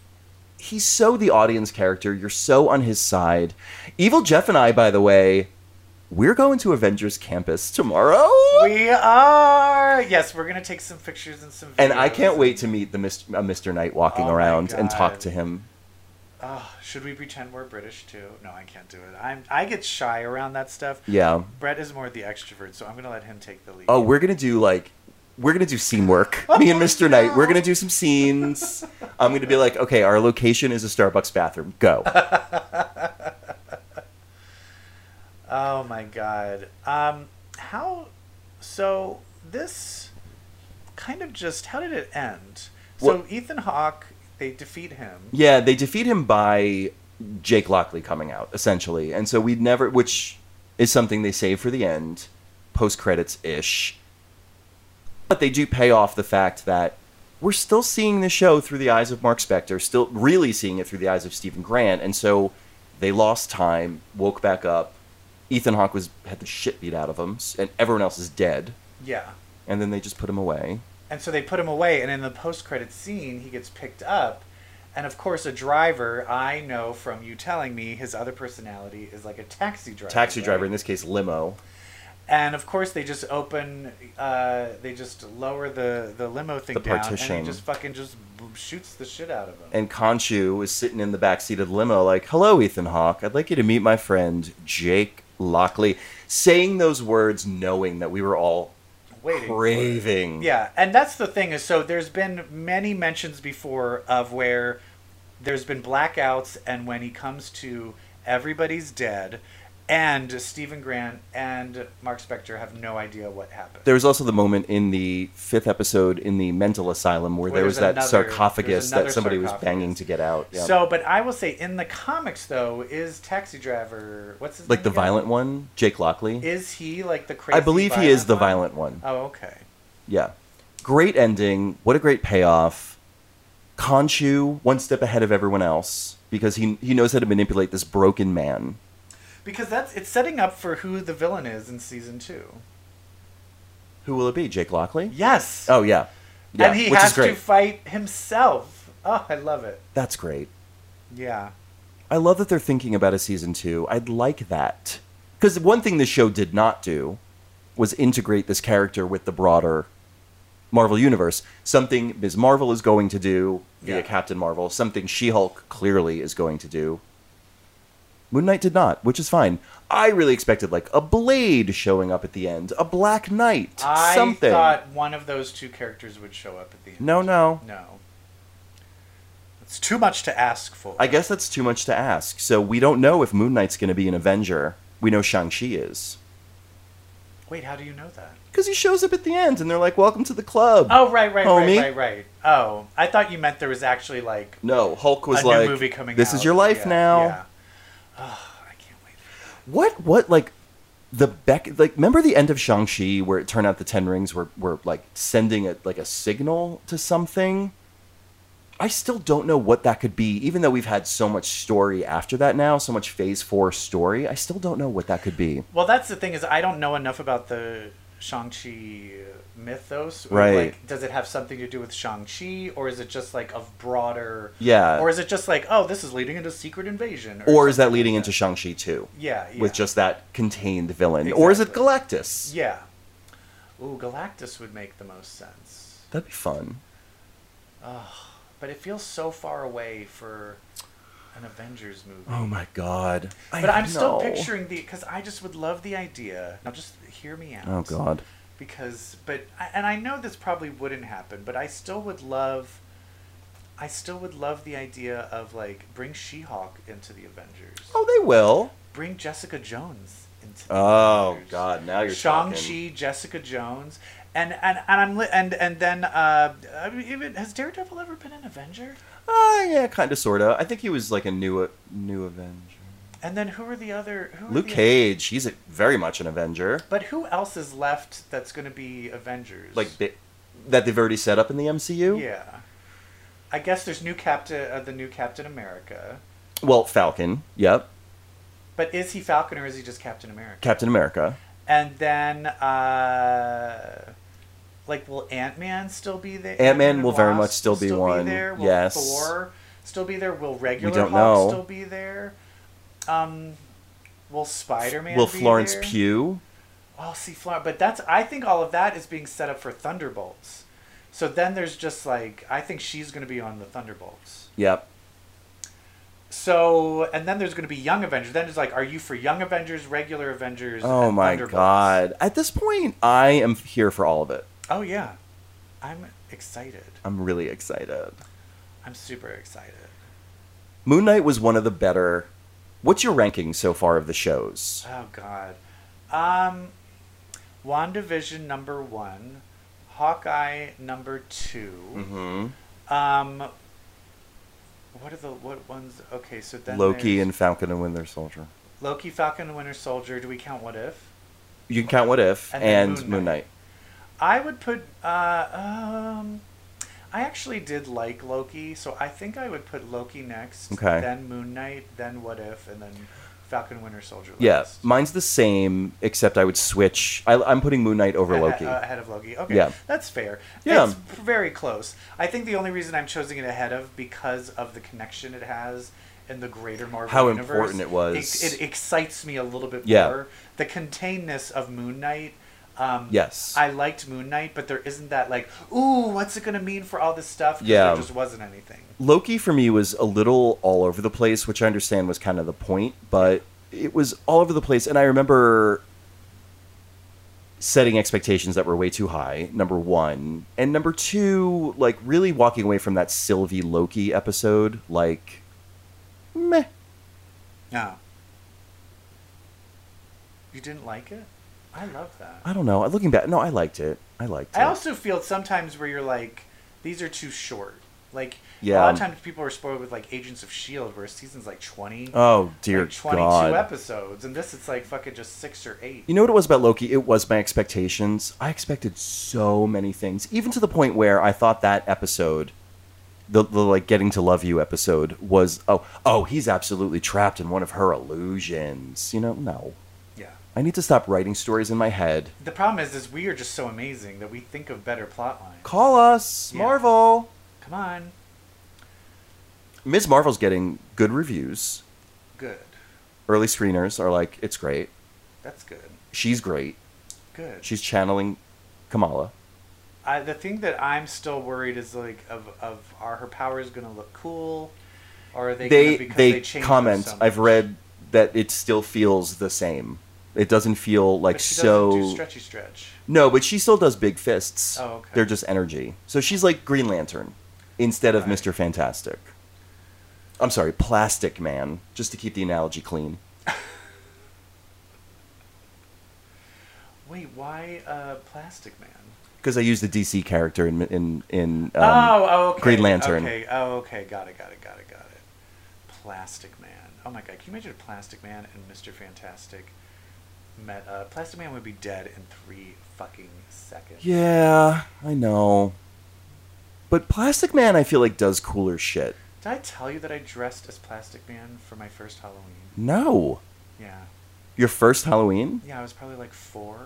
B: He's so the audience character. You're so on his side. Evil Jeff and I, by the way, We're going to Avengers Campus tomorrow.
C: We are. Yes, we're gonna take some pictures and some. Videos.
B: and I can't wait to meet the Mr. Uh, Mr. Knight walking
C: Oh my
B: around and talk
C: God.
B: to him.
C: Oh, should we pretend we're British too? No, I can't do it. I'm. I get shy around that stuff.
B: Yeah.
C: Brett is more the extrovert, so I'm gonna let him take the lead.
B: Oh, we're gonna do like we're gonna do scene work.
C: Oh
B: Me and Mr. Knight, we're gonna do some scenes. I'm gonna be like, okay, our location is a Starbucks bathroom. Go.
C: Oh my god. Um, how? So this kind of just how did it end? So
B: Well-
C: Ethan Hawke, they defeat him.
B: Yeah, they defeat him by Jake Lockley coming out essentially, and so we never, which is something they save for the end, post credits ish. But they do pay off the fact that we're still seeing the show through the eyes of Mark Spector, still really seeing it through the eyes of Stephen Grant, and so they lost time, woke back up. Ethan Hawke was had the shit beat out of him, s- and everyone else is dead.
C: Yeah.
B: And then they just put him away.
C: And so they put him away, and in the post-credit scene, he gets picked up, and of course, a driver. I know from you telling me his other personality is like a taxi driver.
B: Taxi
C: right?
B: driver, in this case, limo.
C: and of course they just open uh, they just lower the the limo thing
B: The
C: down
B: partition.
C: and he just fucking just b- shoots the shit out of him
B: and Conchu is sitting in the back seat of the limo, like, "Hello, Ethan Hawke. I'd like you to meet my friend Jake Lockley." Saying those words, knowing that we were all
C: Waiting for it.
B: craving.
C: yeah and that's the thing is so there's been many mentions before of where there's been blackouts and when he comes to everybody's dead and Stephen Grant and Mark Spector have no idea what happened
B: There was also the moment in the fifth episode in the mental asylum where,
C: Where
B: there was that
C: there's another-
B: sarcophagus
C: there's
B: that
C: another
B: somebody was
C: sarcophagus.
B: banging to get out. Yeah.
C: So, but I will say in the comics though, is Taxi Driver what's his
B: like
C: name
B: the
C: again?
B: violent one, Jake Lockley.
C: Is he like the crazy?
B: I believe he is the
C: one?
B: violent one.
C: Oh, okay.
B: Yeah. Great ending. What a great payoff. Conchu, one step ahead of everyone else because he he knows how to manipulate this broken man.
C: Because that's it's setting up for who the villain is in season two.
B: Who will it be? Jake Lockley?
C: Yes.
B: Oh yeah. Yeah,
C: and he
B: which
C: has
B: is great.
C: to fight himself. Oh, I love it.
B: That's great.
C: Yeah.
B: I love that they're thinking about a season 2. I'd like that. Cuz one thing the show did not do was integrate this character with the broader Marvel universe. Something Ms. Marvel is going to do via
C: Yeah.
B: Captain Marvel, something She-Hulk clearly is going to do. Moon Knight did not, which is fine. I really expected like a Blade showing up at the end, a Black Knight,
C: I
B: something.
C: thought one of those two characters would show up at the end.
B: no, no.
C: No. It's too much to ask for.
B: I guess that's too much to ask. So we don't know if Moon Knight's going to be an Avenger. We know Shang-Chi is.
C: Wait, how do you know that?
B: Because he shows up at the end and they're like, welcome to the club.
C: Oh, right, right,
B: Homie.
C: right, right, right. Oh, I thought you meant there was actually like
B: No, Hulk was
C: a
B: like,
C: new movie coming.
B: this is
C: out.
B: your life
C: Yeah,
B: now.
C: Yeah. Oh, I can't wait.
B: What, what, like, the Beck, like, remember the end of Shang-Chi where it turned out the Ten Rings were, were like, sending a, like, a signal to something? I still don't know what that could be, even though we've had so much story after that now, so much Phase 4 story. I still don't know what that could be.
C: Well, that's the thing is I don't know enough about the Shang-Chi mythos. or,
B: Right.
C: Like, does it have something to do with Shang-Chi or is it just like of broader
B: Yeah.
C: or is it just like, oh, this is leading into secret invasion
B: Or is
C: something
B: that leading
C: like
B: into Shang-Chi too?
C: Yeah, yeah.
B: With just that contained villain. Or is it
C: Exactly.
B: Galactus?
C: Yeah. Ooh, Galactus would make the most sense.
B: That'd be fun.
C: But it feels so far away for an Avengers movie.
B: Oh my god.
C: but I'm still picturing the cuz I just would love the idea. Now just hear me out.
B: Oh god.
C: because but and I know this probably wouldn't happen, but I still would love I still would love the idea of like bring She-Hulk into the Avengers.
B: Oh, they will.
C: Bring Jessica Jones into the
B: Oh
C: Avengers.
B: god. Now you're
C: Shang-Chi,
B: talking.
C: Jessica Jones, and and and I'm li- and and then uh I mean, even has Daredevil ever been an Avenger?
B: Ah, yeah, kind of, sorta. I think he was like a new, new Avenger.
C: And then who are the other who are
B: Luke
C: the-
B: Cage. He's a, very much an Avenger.
C: But who else is left that's going to be Avengers?
B: Like bi- that they've already set up in the MCU.
C: Yeah. I guess there's new Captain, uh, the new Captain America.
B: Well, Falcon. Yep.
C: But is he Falcon or is he just Captain America?
B: Captain America.
C: And then, uh, like, will Ant Man still be there?
B: Ant-Man
C: and
B: will very
C: Wasp
B: much still be one,
C: there? Will
B: yes.
C: Thor still be there? Will regular
B: don't
C: Hulk
B: know.
C: still be there? Um, Will Spider Man?
B: Will Florence
C: there?
B: Pugh?
C: Oh, see, Florence, but that's I think all of that is being set up for Thunderbolts. So then there's just like I think she's going to be on the Thunderbolts.
B: Yep.
C: So and then there's going to be Young Avengers. Then it's like, are you for Young Avengers, regular Avengers?
B: Oh
C: and
B: my
C: Thunderbolts?
B: god. At this point, I am here for all of it.
C: Oh yeah, I'm excited.
B: I'm really excited.
C: I'm super excited.
B: Moon Knight was one of the better. What's your ranking so far of the shows?
C: Oh God. Um, WandaVision number one, Hawkeye number 2 Mm-hmm.
B: Mm-hmm.
C: Um, what are the what ones? Okay, so then
B: Loki
C: there's
B: and Falcon and Winter Soldier.
C: Loki, Falcon, and Winter Soldier. Do we count What If?
B: You can count What If
C: And
B: and,
C: then
B: Moon,
C: Moon Knight.
B: Knight.
C: I would put. Uh, um, I actually did like Loki, so I think I would put Loki next.
B: Okay.
C: Then Moon Knight, then What If, and then Falcon, Winter Soldier.
B: Yeah,
C: last.
B: mine's the same, except I would switch. I, I'm putting Moon Knight over
C: Ahe-
B: Loki.
C: uh, ahead of Loki. Okay,
B: Yeah.
C: that's fair.
B: Yeah.
C: It's very close. I think the only reason I'm choosing it ahead of because of the connection it has in the greater Marvel
B: How
C: universe.
B: important it was.
C: It, it excites me a little bit
B: Yeah.
C: more. The containedness of Moon Knight. Um,
B: Yes.
C: I liked Moon Knight, but there isn't that like, ooh, what's it gonna mean for all this stuff? 'Cause
B: Yeah.
C: there just wasn't anything.
B: Loki for me was a little all over the place, which I understand was kind of the point, but it was all over the place. And I remember setting expectations that were way too high, number one. And number two, like really walking away from that Sylvie Loki episode, like, meh.
C: No. You didn't like it? I love that.
B: I don't know. Looking back, no, I liked it. I liked it.
C: I also feel sometimes where you're like, these are too short. Like a
B: Yeah.
C: lot of times people are spoiled with like Agents of Shield, E where a season's like twenty,
B: oh, dear
C: like twenty-two
B: God.
C: episodes, and this it's like fucking just six or eight.
B: You know what it was about Loki? It was my expectations. I expected so many things, even to the point where I thought that episode, the, the like getting to love you episode, was oh oh he's absolutely trapped in one of her illusions. You know, no.
C: Yeah.
B: I need to stop writing stories in my head.
C: The problem is, is we are just so amazing that we think of better plot lines.
B: Call us,
C: Yeah.
B: Marvel.
C: Come on,
B: Ms. Marvel's getting good reviews.
C: good.
B: Early screeners are like, it's great.
C: That's good.
B: She's great.
C: Good.
B: She's channeling Kamala.
C: I, the thing that I'm still worried is like of of are her powers gonna look cool, or are they
B: they
C: gonna, because
B: they,
C: changed them
B: comment.
C: so much?
B: I've read that it still feels the same. It doesn't feel like
C: But she
B: so.
C: doesn't do stretchy stretch.
B: No, but she still does big fists.
C: Oh, okay.
B: They're just energy. So she's like Green Lantern instead of
C: Right.
B: Mister Fantastic. I'm sorry, Plastic Man, just to keep the analogy clean.
C: Wait, why uh, Plastic Man?
B: Because I used the DC character in in in um,
C: oh, oh, okay.
B: Green Lantern.
C: Okay, oh, okay, got it, got it, got it, got it. Plastic Man. Oh my god, can you imagine if Plastic Man and Mr. Fantastic met up? Plastic Man would be dead in three fucking seconds.
B: Yeah, I know. But Plastic Man, I feel like does cooler shit.
C: Did I tell you that I dressed as Plastic Man for my first Halloween?
B: No,
C: Yeah.
B: your first Halloween.
C: Yeah, I was probably like four.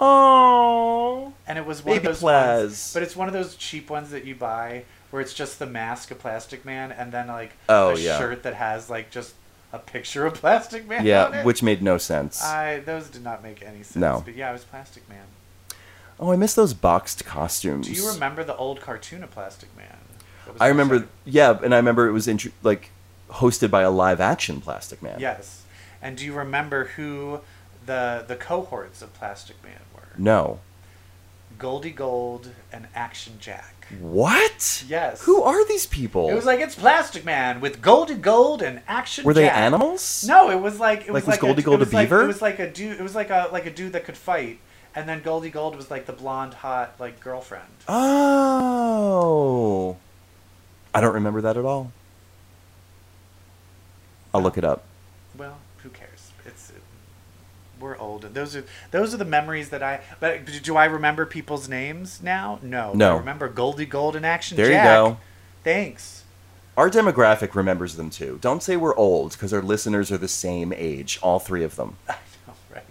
B: Oh.
C: And it was one
B: Baby
C: of those ones-
B: Plas.
C: but it's one of those cheap ones that you buy where it's just the mask of Plastic Man and then like
B: Oh,
C: a
B: yeah.
C: shirt that has like just a picture of Plastic Man. on
B: Yeah,
C: it.
B: which made no sense.
C: I those did not make any sense.
B: No.
C: But yeah, I was Plastic Man.
B: oh, I miss those boxed costumes.
C: Do you remember the old cartoon of Plastic Man? That was
B: I remember,
C: also-
B: yeah, and I remember it was intro- like hosted by a live action Plastic Man.
C: Yes. And do you remember who the the cohorts of Plastic Man were?
B: No.
C: Goldie Gold and Action Jack.
B: What?
C: Yes.
B: Who are these people?
C: It was like it's Plastic Man with Goldie Gold and Action.
B: Were they
C: Jack.
B: animals?
C: No, it was like it was
B: Like, was
C: like
B: Goldie
C: a,
B: Gold
C: it
B: a
C: was like-
B: beaver?
C: it was like a dude. It was like a like a dude that could fight, and then Goldie Gold was like the blonde hot like girlfriend.
B: Oh. I don't remember that at all. I'll look it up.
C: Well, who cares? It's we're old, and those are those are the memories that I. But do I remember people's names now? No.
B: No.
C: I remember Goldie Gold and Action
B: There you
C: Jack.
B: go.
C: Thanks.
B: Our demographic remembers them too. Don't say we're old because our listeners are the same age, all three of them.
C: I know, right?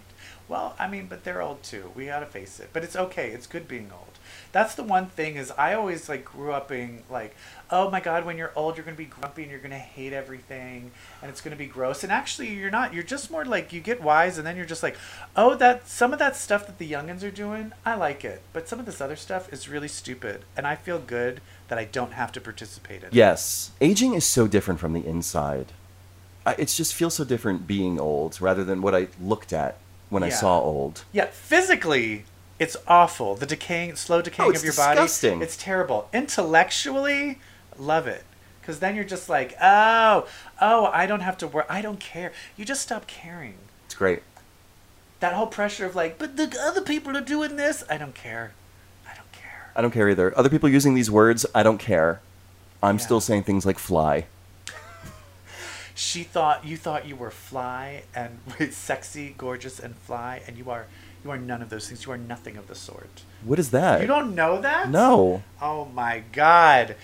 C: Well, I mean, but they're old too. We gotta face it. But it's okay. It's good being old. That's the one thing is I always like grew up being like, oh my god, when you're old, you're gonna be grumpy and you're gonna hate everything and it's gonna be gross. And actually, you're not. You're just more like you get wise and then you're just like, oh, that some of that stuff that the youngins are doing, I like it. But some of this other stuff is really stupid, and I feel good that I don't have to participate in. it.
B: Yes, aging is so different from the inside. I, it just feels so different being old rather than what I looked at when I
C: Yeah.
B: saw old.
C: Yeah, physically, it's awful. The decaying, slow decaying
B: Oh, it's
C: of your
B: disgusting.
C: body. It's terrible. Intellectually, love it. Because then you're just like, oh, oh, I don't have to worry. I don't care. You just stop caring.
B: It's great.
C: That whole pressure of like, but the other people are doing this. I don't care. I don't care.
B: I don't care either. Other people using these words, I don't care. I'm
C: Yeah.
B: still saying things like fly.
C: She thought you thought you were fly and sexy, gorgeous, and fly, and you are you are none of those things. You are nothing of the sort.
B: What is that?
C: You don't know that?
B: No.
C: Oh my god.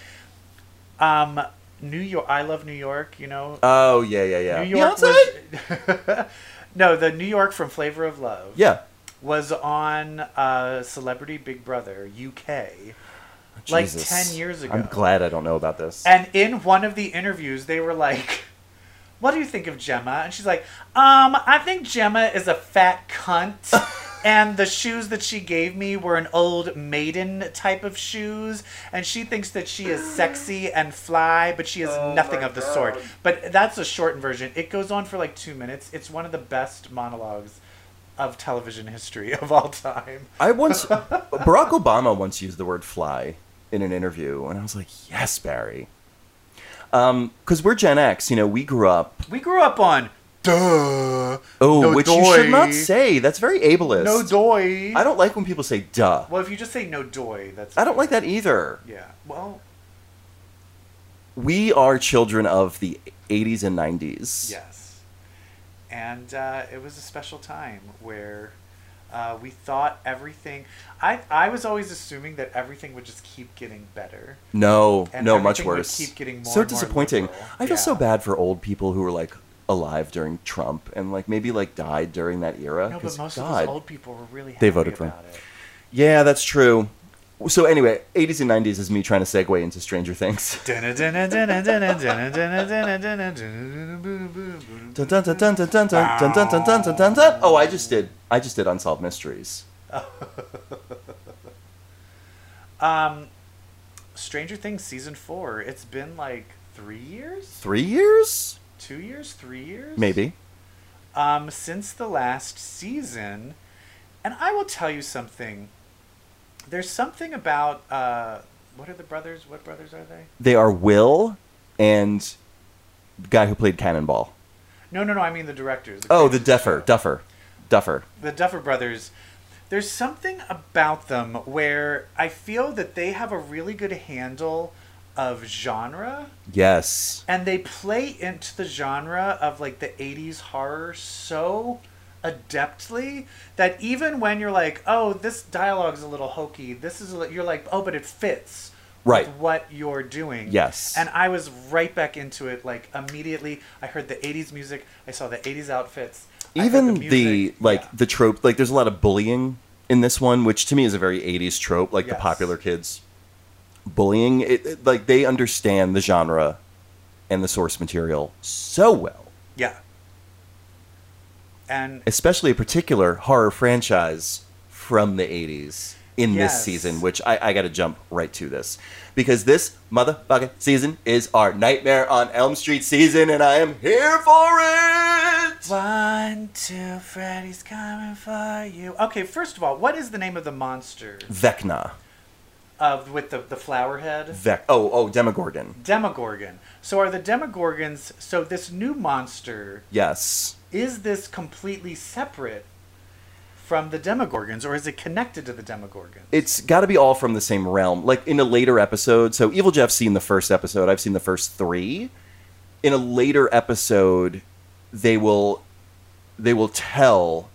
C: Um, New York. I love New York. You know,
B: Oh yeah, yeah, yeah.
C: New York
B: Beyonce?
C: was. no, the New York from Flavor of Love.
B: Yeah.
C: Was on uh, Celebrity Big Brother UK. Like
B: Jesus.
C: 10 years ago.
B: I'm glad I don't know about this.
C: And in one of the interviews, they were like, "What do you think of Gemma?" And she's like, "Um, I think Gemma is a fat cunt." And the shoes that she gave me were an old maiden type of shoes, and she thinks that she is sexy and fly, but she is nothing of the sort. But that's a shortened version. It goes on for like two minutes. It's one of the best monologues of television history of all time.
B: I once Barack Obama once used the word fly in an interview, and I was like, yes, Barry. Because we're Gen X, you know, we grew up.
C: We grew up on duh.
B: Oh,
C: No
B: which you should
C: doy.
B: not say. That's very ableist.
C: No doy.
B: I don't like when people say duh.
C: Well, if you just say no doy, that's.
B: I don't like that either.
C: Yeah. Well,
B: We are children of the 80s and 90s.
C: yes. And uh, it was a special time where uh, we thought everything. I I was always assuming that everything would just keep getting better.
B: No,
C: And
B: no, much
C: everything would
B: worse.
C: keep getting more
B: so
C: and more
B: disappointing.
C: liberal.
B: I feel so
C: Yeah.
B: bad for old people who were like alive during Trump and like maybe like died during that era.
C: No, but
B: 'cause
C: most of
B: God.
C: those old people were really happy
B: They voted for him.
C: about it.
B: Yeah, that's true. So anyway, 80s and 90s is me trying to segue into Stranger Things. Dun, dun, dun, dun, dun, dun, dun, dun, dun, dun, dun, dun, dun, dun. Oh, I just did. I just did Unsolved Mysteries.
C: um, Stranger Things season four. It's been like three years,
B: Three years,
C: two years, three years,
B: maybe.
C: um, since the last season. And I will tell you something. There's something about uh, what are the brothers? What brothers are they?
B: They are Will and the guy who played Cannonball.
C: No, no, no. I mean the directors.
B: Oh, the Duffer, Duffer, Duffer.
C: the Duffer Brothers, there's something about them where I feel that they have a really good handle of genre
B: Yes.
C: and they play into the genre of like the 80s horror so adeptly that even when you're like oh this dialogue's a little hokey this is a, li- you're like oh but it fits
B: Right.
C: with what you're doing
B: Yes.
C: and i was right back into it like immediately i heard the 80s music i saw the 80s outfits I heard
B: Even the,
C: music.
B: like
C: Yeah.
B: the trope, like there's a lot of bullying in this one, which to me is a very 80s trope, like the
C: Yes.
B: popular kids bullying. It, it- like they understand the genre and the source material so well,
C: Yeah. And
B: especially a particular horror franchise from the 80s in this
C: Yes.
B: season, which I, I got to jump right to this because this motherfucking season is our Nightmare on Elm Street season, and I am here for it.
C: one, two, Freddy's coming for you. Okay, first of all, what is the name of the monster
B: Vecna.
C: of with the the flower head?
B: Vec. Oh, oh, Demogorgon.
C: Demogorgon. So are the Demogorgons? So this new monster
B: Yes.
C: is this completely separate from the Demogorgons, or is it connected to the Demogorgons?
B: It's got to be all from the same realm. Like in a later episode, so Evil Jeff's seen the first episode, I've seen the first 3. In a later episode, they will they will tell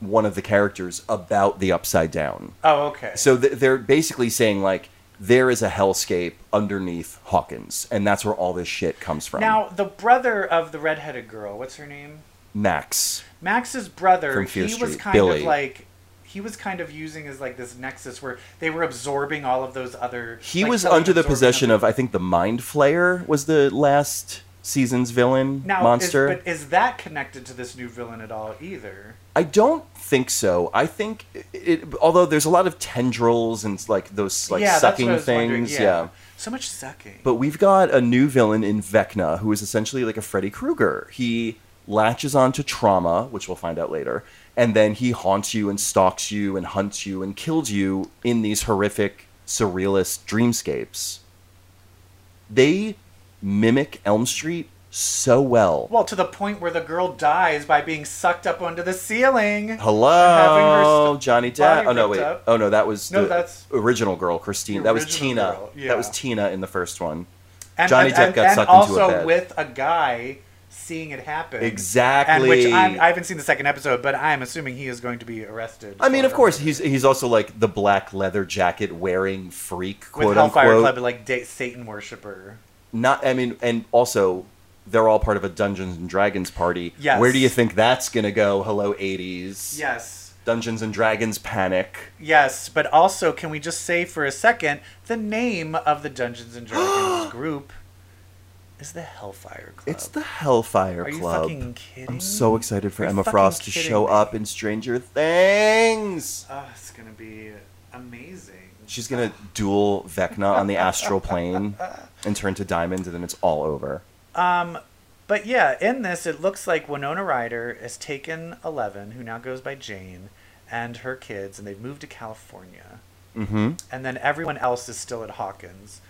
B: one of the characters about the upside down.
C: oh, okay.
B: So th- they're basically saying like there is a hellscape underneath Hawkins, and that's where all this shit comes from.
C: now the brother of the redheaded girl, what's her name?
B: Max.
C: Max's brother,
B: From Fear
C: he was
B: Street,
C: kind
B: Billy.
C: of like he was kind of using as like this nexus where they were absorbing all of those other.
B: He
C: like,
B: was
C: Helen
B: under the
C: absorbing
B: possession
C: other-
B: of, I think, the Mind Flayer was the last season's villain
C: now,
B: monster.
C: Is, but is that connected to this new villain at all either?
B: I don't think so. I think it, it, although there's a lot of tendrils and like those like
C: yeah, that's what I
B: sucking
C: was wondering,
B: things, yeah.
C: So much sucking.
B: But we've got a new villain in Vecna who is essentially like a Freddy Krueger. He latches onto trauma, which we'll find out later, and then he haunts you and stalks you and hunts you and kills you in these horrific surrealist dreamscapes. They mimic Elm Street so well.
C: well, to the point where the girl dies by being sucked up onto the ceiling. Having her
B: Hello,
C: st-
B: Johnny
C: body
B: Depp. Oh no,
C: ripped
B: wait.
C: up.
B: Oh no, that was
C: No,
B: the
C: that's-
B: original girl, Christine.
C: The
B: That was
C: original
B: Tina.
C: girl,
B: That was
C: yeah.
B: Tina in the first one.
C: And,
B: Johnny
C: and,
B: Depp
C: and,
B: got
C: and
B: sucked into a
C: also
B: bed.
C: with a guy seeing it happen.
B: Exactly.
C: And which I'm, I haven't seen the second episode, but I'm assuming he is going to be arrested.
B: I mean,
C: for
B: of course,
C: murder.
B: he's he's also like the black leather jacket wearing freak,
C: with
B: quote
C: Hellfire
B: unquote.
C: Club, like date Satan worshiper.
B: Not, I mean, and also they're all part of a Dungeons and Dragons party.
C: Yes.
B: Where do you think that's gonna go? Hello, eighties.
C: Yes.
B: Dungeons and Dragons panic.
C: Yes, but also, can we just say for a second the name of the Dungeons and Dragons group is the Hellfire Club?
B: It's the Hellfire
C: Uh, Are you
B: Club.
C: fucking kidding?
B: I'm so excited for
C: You're
B: Emma
C: fucking
B: Frost to
C: kidding
B: show
C: me.
B: up in Stranger Things.
C: Oh, it's gonna be amazing.
B: She's gonna duel Vecna on the astral plane and turn to diamonds, and then it's all over.
C: But yeah, in this, it looks like Winona Ryder has taken Eleven, who now goes by Jane, and her kids, and they've moved to California.
B: Mm-hmm.
C: And then everyone else is still at Hawkins.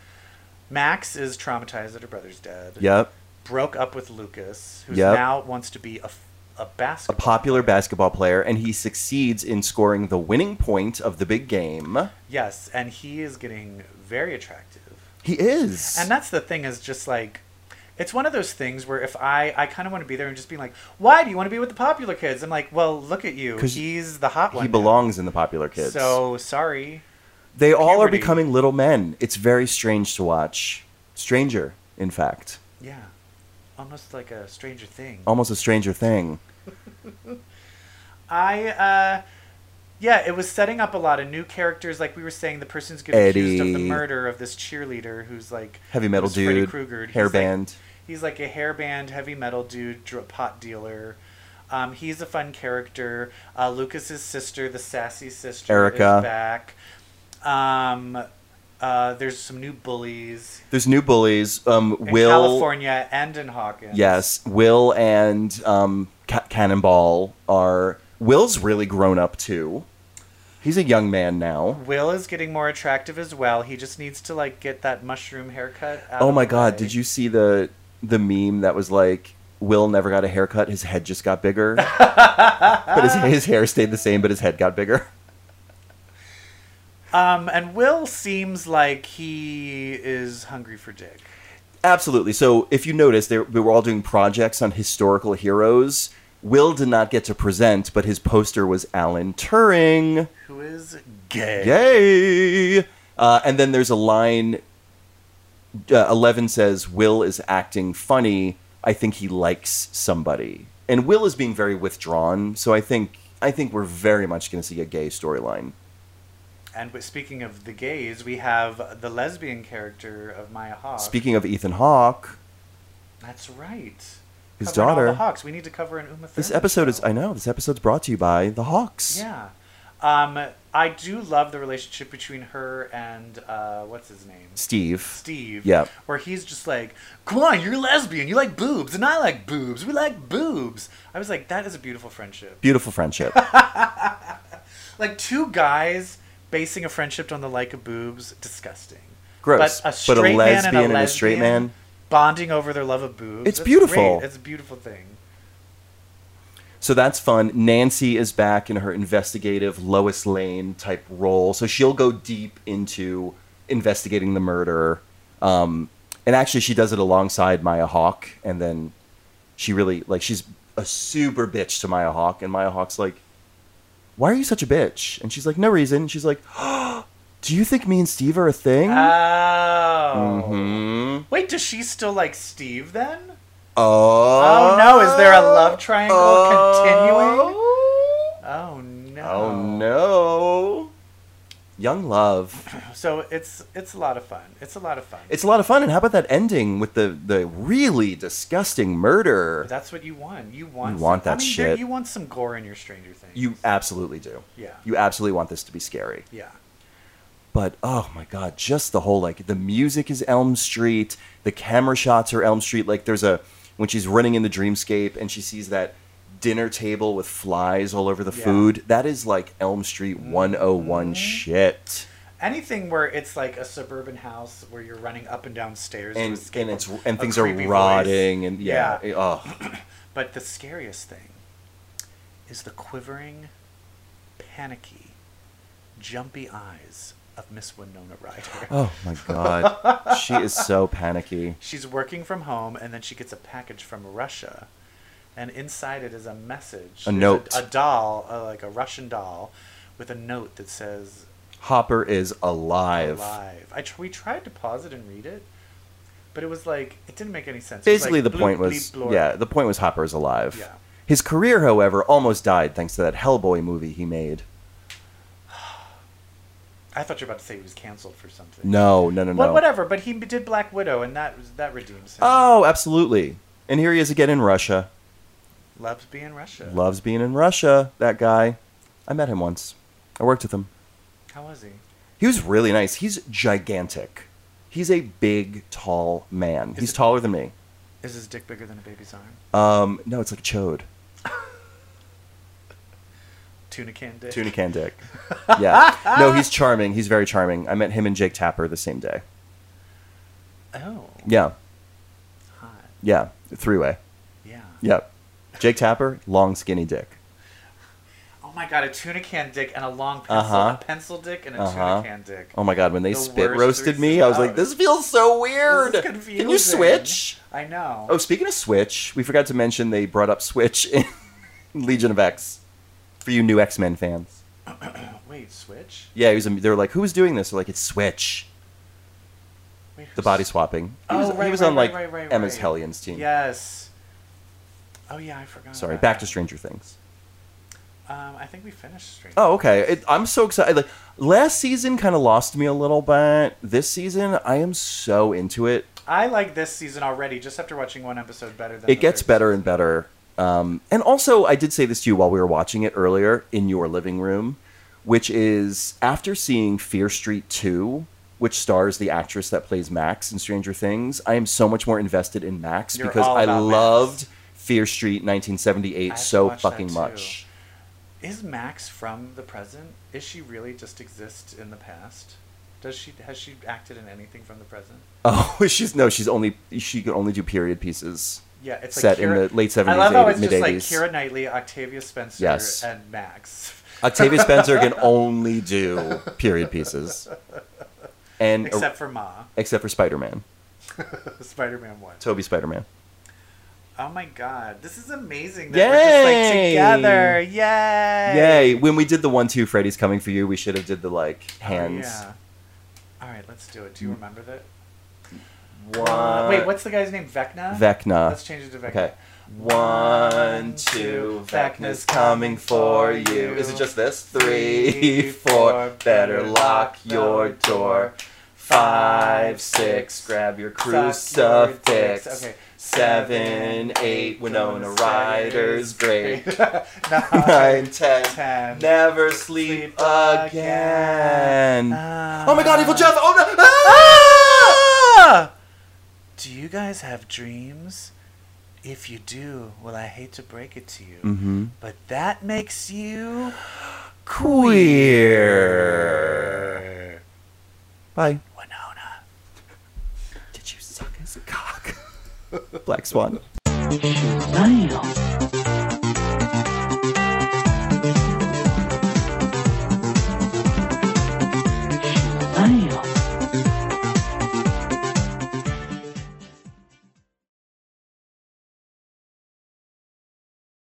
C: Max is traumatized that her brother's dead.
B: Yep.
C: Broke up with Lucas, who
B: Yep.
C: now wants to be a, f- a
B: A
C: basketball.
B: popular basketball player, and he succeeds in scoring the winning point of the big game.
C: Yes, and he is getting very attractive.
B: He is.
C: And that's the thing is just like it's one of those things where if I I kind of want to be there and just be like, "Why do you want to be with the popular kids?" I'm like, "Well, look at you.
B: 'Cause
C: He's the hot one."
B: he
C: now.
B: belongs in the popular kids.
C: So sorry.
B: they all are
C: puberty.
B: becoming little men. It's very strange to watch. Stranger, in fact,
C: Yeah. Almost like a stranger thing.
B: almost a Stranger Thing.
C: I uh yeah, it was setting up a lot of new characters. Like we were saying, the person's getting accused of the
B: Eddie.
C: murder of this cheerleader who's like
B: Heavy metal
C: who's Freddy
B: dude,
C: Kruegered. He's, like,
B: hairband.
C: He's like a hairband, heavy metal dude, dr- pot dealer. Um, he's a fun character. Uh, Lucas's sister, the sassy sister,
B: Erica.
C: is back. Um, uh, there's some new bullies
B: There's new bullies. Um,
C: in
B: Will.
C: California and in Hawkins.
B: Yes, Will and um, Ca- Cannonball are. Will's really grown up too. He's a young man now.
C: Will is getting more attractive as well. He just needs to like get that mushroom haircut. Out
B: Oh
C: of
B: my
C: the
B: God!
C: way.
B: Did you see the the meme that was like Will never got a haircut, his head just got bigger, but his, his hair stayed the same, but his head got bigger.
C: Um, and Will seems like he is hungry for dick.
B: Absolutely. So if you notice, they we were all doing projects on historical heroes. Will did not get to present, but his poster was Alan Turing.
C: Who is gay?
B: Yay! Uh, and then there's a line. Uh, Eleven says, "Will is acting funny. I think he likes somebody." And Will is being very withdrawn. So I think I think we're very much going to see a gay storyline.
C: And w- speaking of the gays, we have the lesbian character of Maya Hawke.
B: Speaking of Ethan Hawke,
C: That's right.
B: his
C: Covering all the
B: daughter.
C: Hawks. We need to cover an Uma.
B: This
C: Thurman
B: episode is
C: show.
B: I know this episode's brought to you by the Hawks.
C: Yeah. Um, I do love the relationship between her and uh, what's his name,
B: Steve.
C: Steve.
B: Yeah.
C: Where he's just like, "Come on, you're a lesbian. You like boobs, and I like boobs. We like boobs." I was like, "That is a beautiful friendship."
B: Beautiful friendship.
C: Like two guys basing a friendship on the like of boobs. Disgusting.
B: Gross.
C: But a straight man and a,
B: straight
C: lesbian
B: man.
C: bonding over their love of boobs.
B: It's
C: That's
B: beautiful.
C: great. It's a beautiful thing.
B: So that's fun. Nancy is back in her investigative Lois Lane type role. So she'll go deep into investigating the murder. Um, and actually, she does it alongside Maya Hawk. And then she really, like, she's a super bitch to Maya Hawk. And Maya Hawk's like, Why are you such a bitch? And she's like, No reason. And she's like, Do you think me and Steve are a thing? Mm-hmm.
C: Oh.
B: hmm
C: Wait, does she still like Steve then?
B: Oh,
C: Oh no, is there a love triangle continuing?
B: Oh.
C: Oh no.
B: Oh no. Young love.
C: So it's it's a lot of fun. It's a lot of fun.
B: It's a lot of fun. And how about that ending with the, the really disgusting murder?
C: That's what you want. You want
B: You want
C: some- I
B: that
C: mean, you're-
B: shit.
C: You want some gore in your Stranger Things.
B: You absolutely do.
C: Yeah.
B: You absolutely want this to be scary.
C: yeah.
B: But oh my god, just the whole like the music is Elm Street, the camera shots are Elm Street. Like there's a when she's running in the dreamscape and she sees that dinner table with flies all over the
C: Yeah. Mm-hmm.
B: food. That is like Elm Street 101 shit.
C: Anything where it's like a suburban house where you're running up and down stairs to
B: And
C: escape
B: and
C: a-
B: it's and
C: a
B: things are
C: creepy voice.
B: rotting and yeah.
C: Yeah.
B: it- oh.
C: But the scariest thing is the quivering, panicky, jumpy eyes of Miss Winona Ryder.
B: Oh my god. she is so panicky.
C: She's working from home, and then she gets a package from Russia, and inside it is a message, There's
B: note.
C: a, doll, uh, like a Russian doll, with a note that says
B: Hopper is alive.
C: "alive." I tr- we tried to pause it and read it, but it was like it didn't make any sense. It was
B: Basically
C: like,
B: the point
C: bloop,
B: was
C: bleep, blorp.
B: yeah, the point was Hopper is alive.
C: Yeah.
B: His career, however, almost died thanks to that Hellboy movie he made.
C: I thought you were about to say he was canceled for something.
B: No, no, no, no.
C: Well, whatever. But he did Black Widow, and that was- that redeems him.
B: Oh, absolutely. And here he is again in Russia.
C: Loves being Russia.
B: Loves being in Russia, that guy. I met him once. I worked with him.
C: How was he?
B: He was really nice. He's gigantic. He's a big, tall man.
C: Is
B: He's
C: it-
B: taller than me.
C: Is his dick bigger than a baby's arm?
B: Um, no, it's like a chode.
C: Tuna can dick.
B: Tuna can dick. Yeah. No, he's charming. He's very charming. I met him and Jake Tapper the same day.
C: Oh,
B: Yeah.
C: hot.
B: Yeah. Three way.
C: Yeah.
B: Yep. Jake Tapper, long, skinny dick.
C: Oh my god, a tuna can dick and a long pencil,
B: Uh-huh.
C: a pencil dick and a
B: Uh-huh.
C: tuna can dick.
B: Oh my god, when they
C: The
B: spit
C: worst
B: roasted me,
C: threesome
B: I was like,
C: ever.
B: this feels so weird.
C: This is
B: Can you
C: confusing.
B: switch?
C: I know.
B: Oh, speaking of Switch, we forgot to mention they brought up Switch in Legion of X for you new X Men fans.
C: Wait, switch?
B: Yeah, he was. um, They were like, "Who's doing this?" They're like, "It's Switch."
C: Wait,
B: The
C: who's-
B: body swapping. He
C: Oh,
B: was, he
C: right,
B: was
C: right,
B: on like
C: right, right, right,
B: Emma's
C: right.
B: Hellion's team.
C: Yes. Oh yeah, I forgot.
B: Sorry,
C: about
B: back to
C: that.
B: Stranger Things.
C: Um, I think we finished Stranger.
B: Oh, okay. It, I'm so excited. Like last season, kind of lost me a little bit. This season, I am so into it.
C: I like this season already. Just after watching one episode, better than
B: It
C: the
B: gets
C: first.
B: better and better. Um, and also, I did say this to you while we were watching it earlier in your living room, which is after seeing Fear Street 2, which stars the actress that plays Max in Stranger Things, I am so much more invested in Max
C: You're
B: because
C: all
B: I
C: about Max.
B: loved Fear Street
C: I
B: 1978
C: have to
B: so
C: watch that
B: fucking
C: too.
B: much.
C: Is Max from the present? Is she really just exists in the past? Does she has she acted in anything from the present?
B: Oh, she's no, she's only she could only do period pieces.
C: Yeah, it's
B: set
C: like Keira,
B: in the late 70s,
C: I love how
B: 80s,
C: it's
B: mid
C: just like
B: 80s.
C: Kira Knightley, Octavia Spencer,
B: Yes.
C: and Max.
B: Octavia Spencer can only do period pieces. And
C: Except for Ma,
B: except for Spider-Man.
C: Spider-Man One.
B: Toby Spider-Man.
C: Oh my God, this is amazing. That we're just like
B: Yay!
C: together. Yay!
B: Yay! When we did the one two Freddy's coming for you, we should have did the like
C: Oh,
B: hands. Mm.
C: yeah. All right, let's do it. Do you remember that?
B: One-
C: Wait, what's the guy's name? Vecna.
B: Vecna.
C: Let's change it to Vecna.
B: Okay. One, two, Vecna's coming for you. Is it just this? Three, four, better lock your door. Five, six, grab your
C: Suck your dicks.
B: crucifix.
C: Okay.
B: Seven, eight, Winona Ryder's great.
C: Nine.
B: Nine, ten,
C: Ten.
B: never sleep
C: Sleep
B: again.
C: Ah.
B: Oh my god, Evil Jeff! Oh no! Ah!
C: Do you guys have dreams? If you do, well, I hate to break it to you,
B: Mm. Mm-hmm.
C: but that makes you.
B: Queer. Bye.
C: Winona.
B: Did you suck his cock? Black Swan.
A: Shazam!